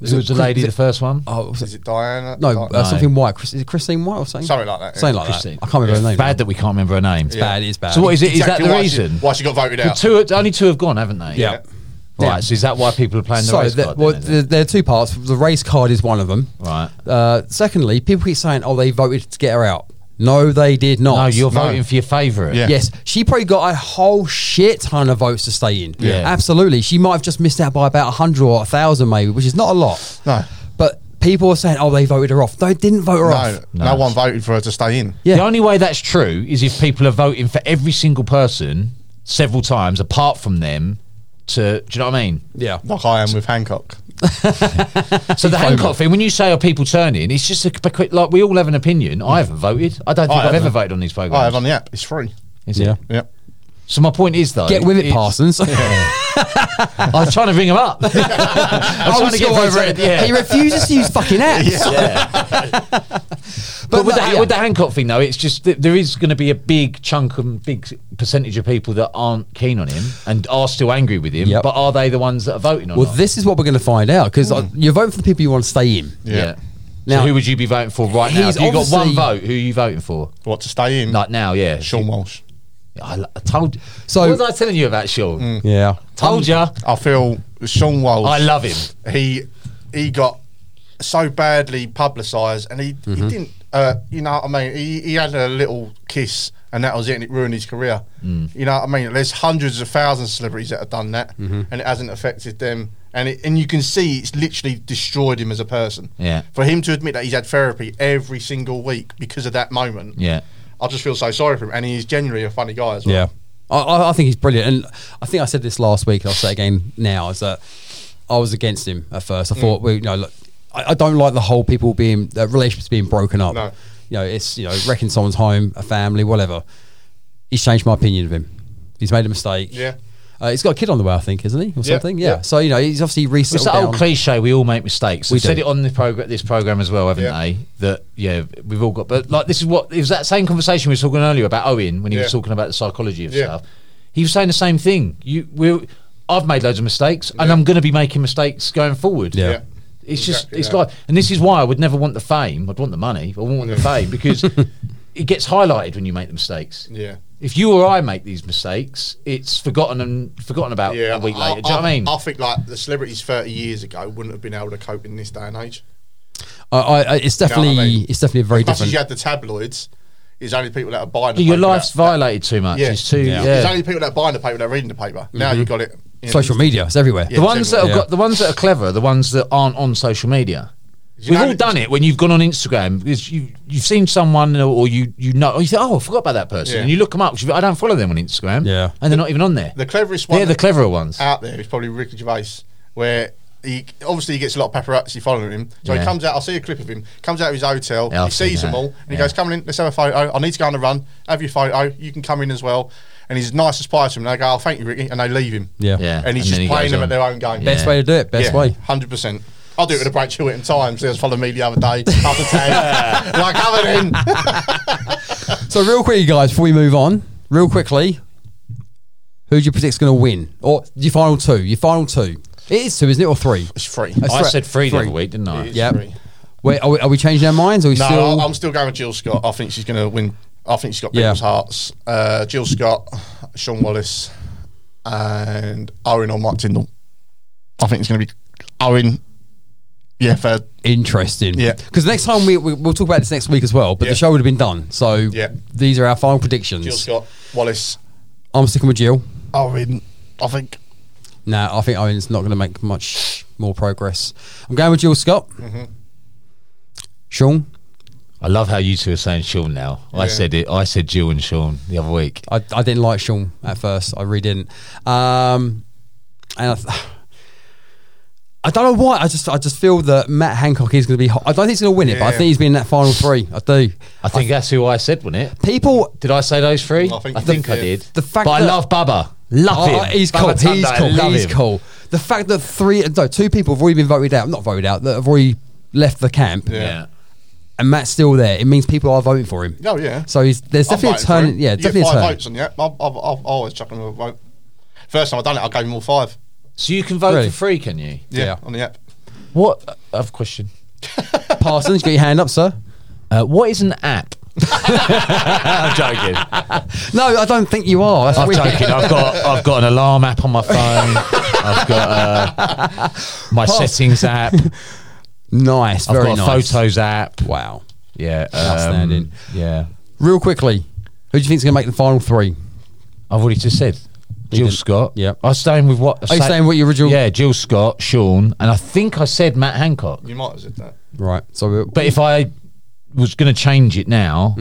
C: Who was the lady? The first one.
A: oh, was it-
B: is it Diana?
A: no,
B: Di-
A: uh, something white. Chris, is it Christine White or something?
B: Oh, Something like that, yeah.
A: Something like
C: Christine.
A: that. I can't remember her name.
C: Bad that we can't remember her name. It's
A: bad, it's bad.
C: So what is it? Is
B: Exactly
C: that the
B: why
C: reason?
B: She, why she got voted
C: The
B: out?
C: two, only two have gone, haven't they?
A: Yeah.
C: Right.
A: Yeah.
C: So is that why people are playing the
A: So
C: race
A: the-
C: card?
A: well,
C: then, is
A: the,
C: it?
A: there are two parts. The race card is one of them.
C: right.
A: Uh, secondly, people keep saying, "Oh, they voted to get her out." No, they did not.
C: No, you're
B: No.
C: voting for your favourite.
B: Yeah.
A: Yes, she probably got a whole shit ton of votes to stay in.
C: Yeah.
A: absolutely. She might have just missed out by about hundred or thousand, maybe, which is not a lot.
B: No.
A: but people are saying, "Oh, they voted her off." No, they didn't vote her
B: No,
A: off.
B: no, one voted for her to stay in.
A: Yeah.
C: The only way that's true is if people are voting for every single person several times apart from them to, do you know what I mean?
A: Yeah,
B: Like I am with Hancock.
C: So the Hancock thing, when you say are people turning, it's just a, because, like we all have an opinion. I haven't voted. I don't think
B: I
C: I have
B: haven't.
C: ever voted on these
B: I have
C: programmes.
B: on the app. It's free.
C: Is
A: Yeah.
C: it?
B: Yep.
C: So my point is though,
A: get with it,
C: it's-
A: Parsons. [LAUGHS]
C: [LAUGHS] I was trying to ring him up. I was trying to get
A: Score
C: over it. Yeah.
A: He refuses to use fucking
C: [LAUGHS]
A: apps.
C: But, with,
A: no,
C: the,
A: yeah.
C: with the Hancock thing, though, it's just that there is going to be a big chunk and big s- percentage of people that aren't keen on him and are still angry with him.
A: Yep.
C: But are they the ones that are voting on?
A: well, this is what we're going to find out because
B: Hmm.
A: you're voting for the people you want to stay in.
C: yeah.
A: Now-
C: so who would you be voting for right now?
A: He's
C: If you got one
A: obviously-
C: vote, who are you voting for?
B: What to stay in?
C: Like now, yeah.
B: Sean Walsh.
C: I, l- I told.
A: So- Mm.
C: So what was I telling you about Sean?
A: Yeah,
B: Um,
C: Told you.
B: I feel Sean Walsh.
C: I love him.
B: he he got so badly publicised, and he, he
C: Mm-hmm.
B: didn't. Uh, you know what I mean? He, he had a little kiss, and that was it, and it ruined his career.
C: Mm.
B: You know what I mean? There's hundreds of thousands of celebrities that have done that,
C: Mm-hmm.
B: and it hasn't affected them. And it, and you can see it's literally destroyed him as a person.
C: Yeah.
B: For him to admit that he's had therapy every single week because of that moment.
C: Yeah.
B: I just feel so sorry for him, and he's genuinely a funny guy as well.
A: Yeah. I- I, I think he's brilliant. And I think I said this last week, and I'll say it again now, is that I was against him at first. I
B: Hmm.
A: thought, well, you know, look, I, I don't like the whole people being, uh, relationships being broken up.
B: No.
A: You know, it's, you know, wrecking someone's home, a family, whatever. He's changed my opinion of him. He's made a mistake.
B: Yeah.
A: Uh, he's got a kid on the way, I think, isn't he? Or
B: Yeah,
A: something. Yeah.
B: yeah.
A: So, you know, he's obviously
C: It's
A: resettled
C: that old
A: down.
C: cliche. We all make mistakes. We
A: do.
C: said it on the program, this program as well, haven't
B: Yeah.
C: they? That yeah, we've all got. But like, this is what it was that same conversation we were talking earlier about Owen when he
B: Yeah.
C: was talking about the psychology of
B: Yeah.
C: stuff. He was saying the same thing. You, we, I've made loads of mistakes, and I'm going to be making mistakes going forward.
A: Yeah.
B: Yeah.
C: It's
B: Exactly
C: just, it's
B: that.
C: like, and this is why I would never want the fame. I'd want the money. but I wouldn't want the fame
B: [LAUGHS]
C: because it gets highlighted when you make the mistakes.
B: Yeah.
C: If you or I make these mistakes, it's forgotten and forgotten about a week later. do you know what I mean?
B: I think like the celebrities 30 years ago wouldn't have been able to cope in this day and age.
A: I, I, I- it's
B: know what I
A: definitely,
B: mean?
A: it's definitely a very
B: Plus, as
A: different.
B: you had the tabloids, it's only people that are buying the
C: your
B: paper
C: life's
B: that-
C: violated too much.
B: Yeah.
C: It's too. Yeah. Mm-hmm.
B: It's only people that are buying the paper that are reading the paper. Now you've got it. in-
A: Social media, it's everywhere.
C: The ones that have
A: Yeah.
C: got the ones that are clever, are the ones that aren't on social media.
B: You
C: We've
B: know-
C: all done it when you've gone on Instagram because you you've seen someone or, or you you know or you think oh I forgot about that person
B: Yeah.
C: and you look them up 'cause you think, I don't follow them on Instagram
A: Yeah.
C: and they're not even on there.
B: The cleverest one uh,
C: They're the cleverer ones.
B: out there is probably Ricky Gervais, where he obviously he gets a lot of paparazzi following him. So
C: Yeah.
B: he comes out. I see a clip of him. Comes out of his hotel.
C: Yeah, I've
B: he sees them
C: seen that.
B: all, and he
C: Yeah.
B: goes, "Come in, let's have a photo. I need to go on a run. Have your photo. You can come in as well." And he's nice as pie to him. And they go, "Oh, thank you, Ricky," and they leave him.
A: Yeah.
C: Yeah,
B: And he's
C: and
B: just
C: then he
B: playing
C: goes
B: them
C: on.
B: at their own game.
A: Best way to do it. Best way.
B: Hundred percent. I'll do it with a break Chilwell and times. There was following me the other day [LAUGHS]
C: [LAUGHS]
B: after ten. like, coming in.
A: So, real quick, guys, before we move on, real quickly, who do you predict's going to win? Or your final two? Your final two? It is two, isn't it? Or three?
B: It's free.
A: That's
C: I
A: right.
C: said three, the other week, didn't I?
A: Yeah.
B: three.
A: Wait, are we, are we changing our minds? Or are we
B: No,
A: still?
B: I- I'm still going with Jill Scott. I think she's going to win. I think she's got
A: Yeah.
B: people's hearts. Uh, Jill Scott, Sean Wallace, and Owen or Mike Tyndall. I think it's going to be Owen. Yeah, fair.
A: Interesting.
B: Yeah.
A: Because next time we, we we'll talk about this next week as well. But
B: Yeah.
A: the show would have been done. So
B: Yeah.
A: these are our final
B: Jill
A: predictions.
B: Scott, Wallace,
A: I'm sticking with Jill.
B: Owen. I think.
A: Nah, I think Owen's not going to make much more progress. I'm going with Jill Scott.
B: Mm-hmm.
A: Sean,
C: I love how you two are saying Sean now. I said it. I said Jill and Sean the other week.
A: I, I didn't like Sean at first. I really didn't. Um, and I, th- I don't know why. I just I just feel that Matt Hancock is going to be. Hot. I don't think he's going to win it, but I
B: Yeah.
A: think he's been in that final three. I do.
C: I think that's who I said, wasn't it?
A: People,
C: Did I say those three?
B: I think
C: I,
B: you
C: think
B: did,
C: I
B: yeah.
C: did.
A: The fact
C: but I
A: that-
C: love Baba. Love
A: Oh,
C: him.
A: he's cool.
C: Baba Tunde,
A: He's
C: I
A: cool.
C: love
A: He's
C: him.
A: cool. The fact that three, no, two people have already been voted out. Not voted out. That have already left the camp.
C: Yeah.
A: and Matt's still there, it means people are voting for him.
B: Oh, yeah.
A: So he's there's
B: I'm
A: definitely a
B: voting for
A: turn.
B: him.
A: Yeah,
B: you
A: definitely
B: get
A: a
B: five
A: turn.
B: votes [LAUGHS] on you. I've, I've, I've I've always chucking a vote. First time I done it, I gave him all five.
C: So you can vote
A: Really?
C: for free, can you?
B: Yeah,
A: Yeah.
B: on the app.
C: What? uh, I have a question.
A: Parsons, you got your hand up, sir.
C: Uh, what is an app? [LAUGHS] I'm joking.
A: No, I don't think you are. That's
C: I'm
A: weird.
C: joking. I've got I've got an alarm app on my phone. I've got uh, my settings app.
A: Nice, [LAUGHS]
C: I've
A: very
C: got a
A: nice.
C: photos app.
A: Wow.
C: Yeah, um,
A: Outstanding.
C: Yeah,
A: Real quickly, who do you think's going to make the final three?
C: I've already just said Jill
A: did.
C: Scott.
A: Yeah.
C: I was staying with what?
A: Are you staying with your original-
C: Yeah, Jill Scott, Sean, and I think I said Matt Hancock.
B: You might have said that.
A: Right. So, we're,
C: But if I was going to change it now,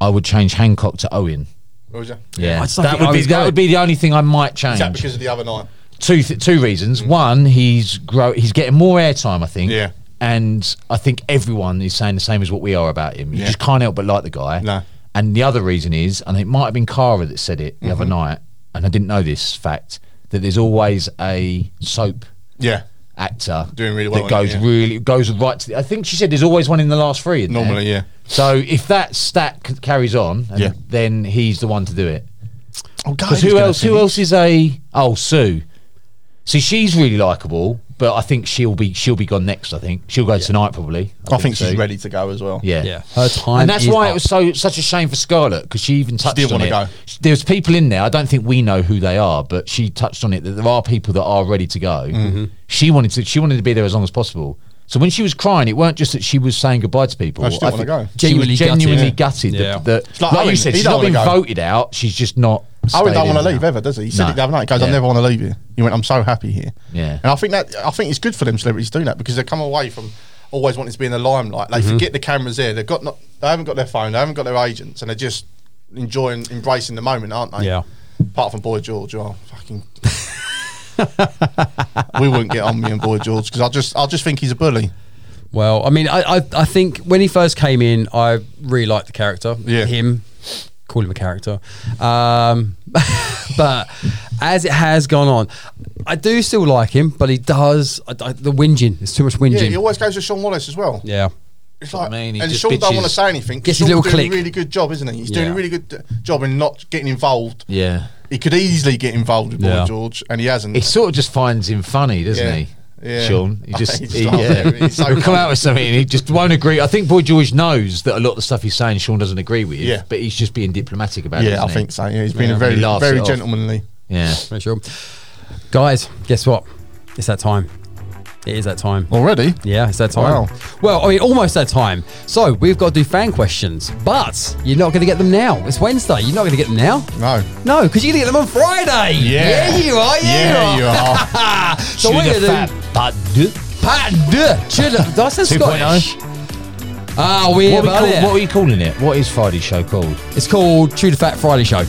C: I would change Hancock to Owen.
B: What was that?
C: Yeah,
A: I just don't
C: that
A: think
C: would be
A: Owen's
C: that
A: going.
C: would be the only thing I might change.
B: Is that because of the other night?
C: two th- two reasons. One, he's grow he's getting more airtime, I think.
B: Yeah.
C: And I think everyone is saying the same as what we are about him. You
B: Yeah.
C: just can't help but like the guy.
B: No.
C: And the other reason is, and it might have been Cara that said it the other night, and I didn't know this fact that there's always a soap
B: Yeah.
C: actor
B: Doing really well
C: that
B: on it,
C: goes
B: yeah.
C: really goes right to. The, I think she said there's always one in the last three. isn't there?
B: Normally, yeah.
C: So if that stat c- carries on, and
B: Yeah.
C: then he's the one to do it.
B: Oh, God.
C: Because who else? Who else is a? Oh, Sue. See, she's really likable, but I think she'll be she'll be gone next. I think she'll go tonight probably.
B: I think she's
C: so.
B: ready to go as well.
C: Yeah.
A: yeah, her time.
C: And that's
A: is
C: why
A: up.
C: it was so such a shame for Scarlett because she even touched
B: didn't
C: on it.
B: wanna go.
C: There's people in there. I don't think we know who they are, but she touched on it that there are people that are ready to go.
B: Mm-hmm.
C: She wanted to. She wanted to be there as long as possible. So when she was crying, it weren't just that she was saying goodbye to people.
B: No, she didn't
C: I
B: wanna
C: think
B: go.
C: She
A: Genuinely
C: was
A: gutted.
C: genuinely
A: Yeah.
C: gutted.
A: Yeah.
C: That, that-
B: like
C: like
B: Owen,
C: you said,
B: he
C: she's
B: don't
C: not
B: wanna
C: been
B: go.
C: voted out. She's just not.
B: Owen
C: stayed
B: don't
C: in
B: want to
C: now.
B: leave eh? ever, does he? He said
C: No.
B: it the other night. He goes,
C: Yeah.
B: "I never want to leave here." He went, "I'm so happy here."
C: Yeah.
B: and I think that I think it's good for them celebrities to do that because they come away from always wanting to be in the limelight.
C: Mm-hmm.
B: They forget the cameras there. They've got not, they haven't got their phone. They haven't got their agents, and they're just enjoying, embracing the moment, aren't they?
A: Yeah.
B: Apart from Boy George, oh fucking. [LAUGHS] we wouldn't get on me and Boy George because I just I just think he's a bully.
A: Well, I mean, I, I I think when he first came in, I really liked the character.
B: Yeah.
A: Him, call him a character. Um, [LAUGHS] but as it has gone on, I do still like him, but he does I, I- the whinging. There's too much
B: Yeah,
A: whinging.
B: he always goes to Sean Wallace as well.
A: Yeah.
B: It's like,
C: I mean, he
B: and
C: just
B: Sean don't
C: bitches.
B: want to say anything. 'cause
A: Gets his
B: Sean's
A: little
B: doing
A: click.
B: a really good job, isn't he? He's doing
A: Yeah.
B: a really good uh, job in not getting involved.
C: Yeah.
B: He could easily get involved with Boy
A: Yeah.
B: George, and he hasn't.
C: He sort of just finds him funny, doesn't
B: Yeah.
C: he?
B: Yeah.
C: Sean,
B: [LAUGHS]
C: he just,
B: He's
C: he,
B: like,
C: yeah.
B: he's so
C: he'll come
B: funny.
C: out with something and he just won't agree. I think Boy George knows that a lot of the stuff he's saying Sean doesn't agree with,
B: Yeah.
C: but he's just being diplomatic about it.
B: yeah, I
C: isn't he?
B: think so. Yeah, he's been a
C: Yeah.
B: very,
C: He laughs
B: very
C: it off.
B: gentlemanly.
C: Yeah.
A: Make sure. Guys, guess what? It's that time. It is that time.
B: Already?
A: Yeah, it's that time.
B: Wow.
A: Well, I mean, almost that time. So we've got to do fan questions, but you're not going to get them now. It's Wednesday. You're not going to get them now.
B: No.
A: No, because you're going to get them on Friday.
B: Yeah.
A: Yeah, you are. Yeah,
B: Yeah,
A: you
B: you
A: are.
B: are.
A: [LAUGHS] So we're going to do part deux. Should I- Did I say
C: 2.0?
A: Scottish? Ah, we're
C: What, are we
A: about
C: call-
A: it.
C: what are you calling it? What is Friday's show called?
A: It's called Chew the Fat Friday Show.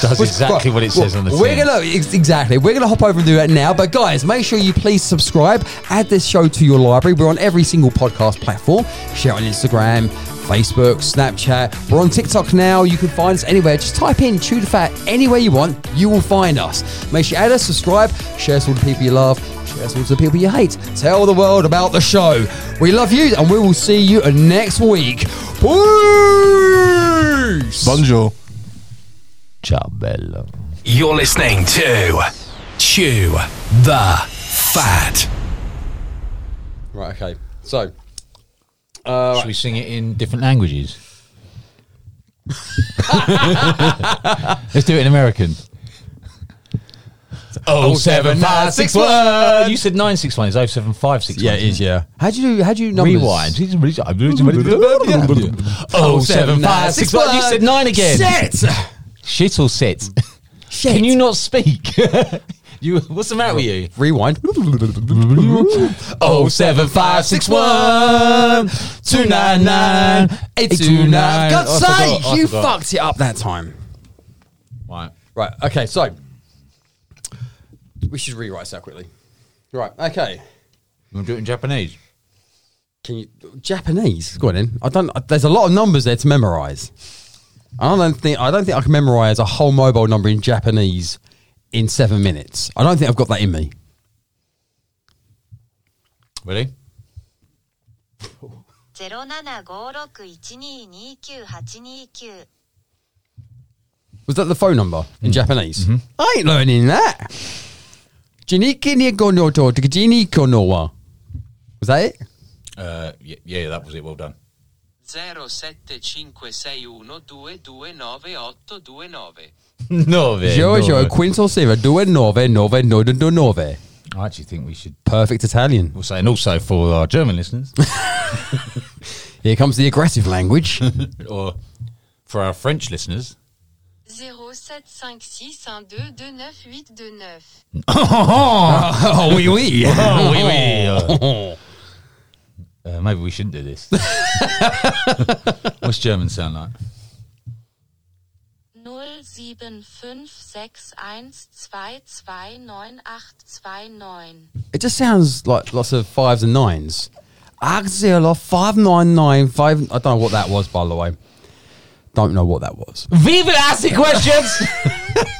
C: Does exactly what it says on the
A: We're
C: tin.
A: gonna ex- exactly. We're gonna hop over and do that now. But guys, make sure you please subscribe. Add this show to your library. We're on every single podcast platform. Share it on Instagram, Facebook, Snapchat. We're on TikTok now. You can find us anywhere. Just type in Chew the Fat anywhere you want. You will find us. Make sure you add us, subscribe, share us with all the people you love. Share us with all the people you hate. Tell the world about the show. We love you, and we will see you next week. Peace.
B: [LAUGHS] Bonjour.
C: Ciao, bello.
F: You're listening to Chew the Fat.
A: Right. Okay. So.
C: Should we sing it in different languages? [LAUGHS] Let's do it in American. Oh seven
A: nine, six, one.
C: You said nine six one. It's oh seven five six
A: Yeah,
C: one.
A: it is. Yeah. How do you? How do you numbers?
C: Rewind. oh seven five six one. You said nine again.
A: Shit.
C: Shit or [LAUGHS] sit.
A: Shit.
C: Can you not speak? [LAUGHS] you. What's the matter with you?
A: rewind?
C: Oh seven five six one two nine nine eight two nine. Oh,
A: God's
C: I forgot,
A: sake,
C: I
A: you
C: forgot.
A: fucked it up that time.
C: Right.
A: Right. Okay. So we should rewrite that quickly. Right. Okay.
C: You want to do it in Japanese?
A: Can you Japanese? Go on in. I don't. There's a lot of numbers there to memorize. I don't think. I don't think I can memorize a whole mobile number in Japanese in seven minutes. I don't think I've got that in me.
C: Ready?
D: 0756122289
A: Was that the phone number
C: Mm-hmm.
A: in Japanese? I ain't learning that. Jiniki ni kono to jini kono wa. Was that it?
C: Uh, yeah, yeah, that was it. Well
A: [LAUGHS]
C: done.
K: 07561229829.
C: Nove.
A: Giorgio Quinto Sera due nove nove no do nove.
C: uh, I actually think we should.
A: Perfect Italian.
C: We'll say, and also for our
A: [LAUGHS]
C: German listeners,
A: Here comes the aggressive
C: [LAUGHS]
A: language. [LAUGHS]
C: or for our French listeners.
D: 229
A: oh, [LAUGHS] oui, oui.
C: [LAUGHS] Oh, oui, oui.
A: [LAUGHS]
C: Uh, uh, maybe we shouldn't do this. [LAUGHS] What's German sound like?
A: It just sounds like lots of fives and nines. Axilla five nine nine five. I don't know what that was, by the way. Don't know what that was.
C: Viva asking questions.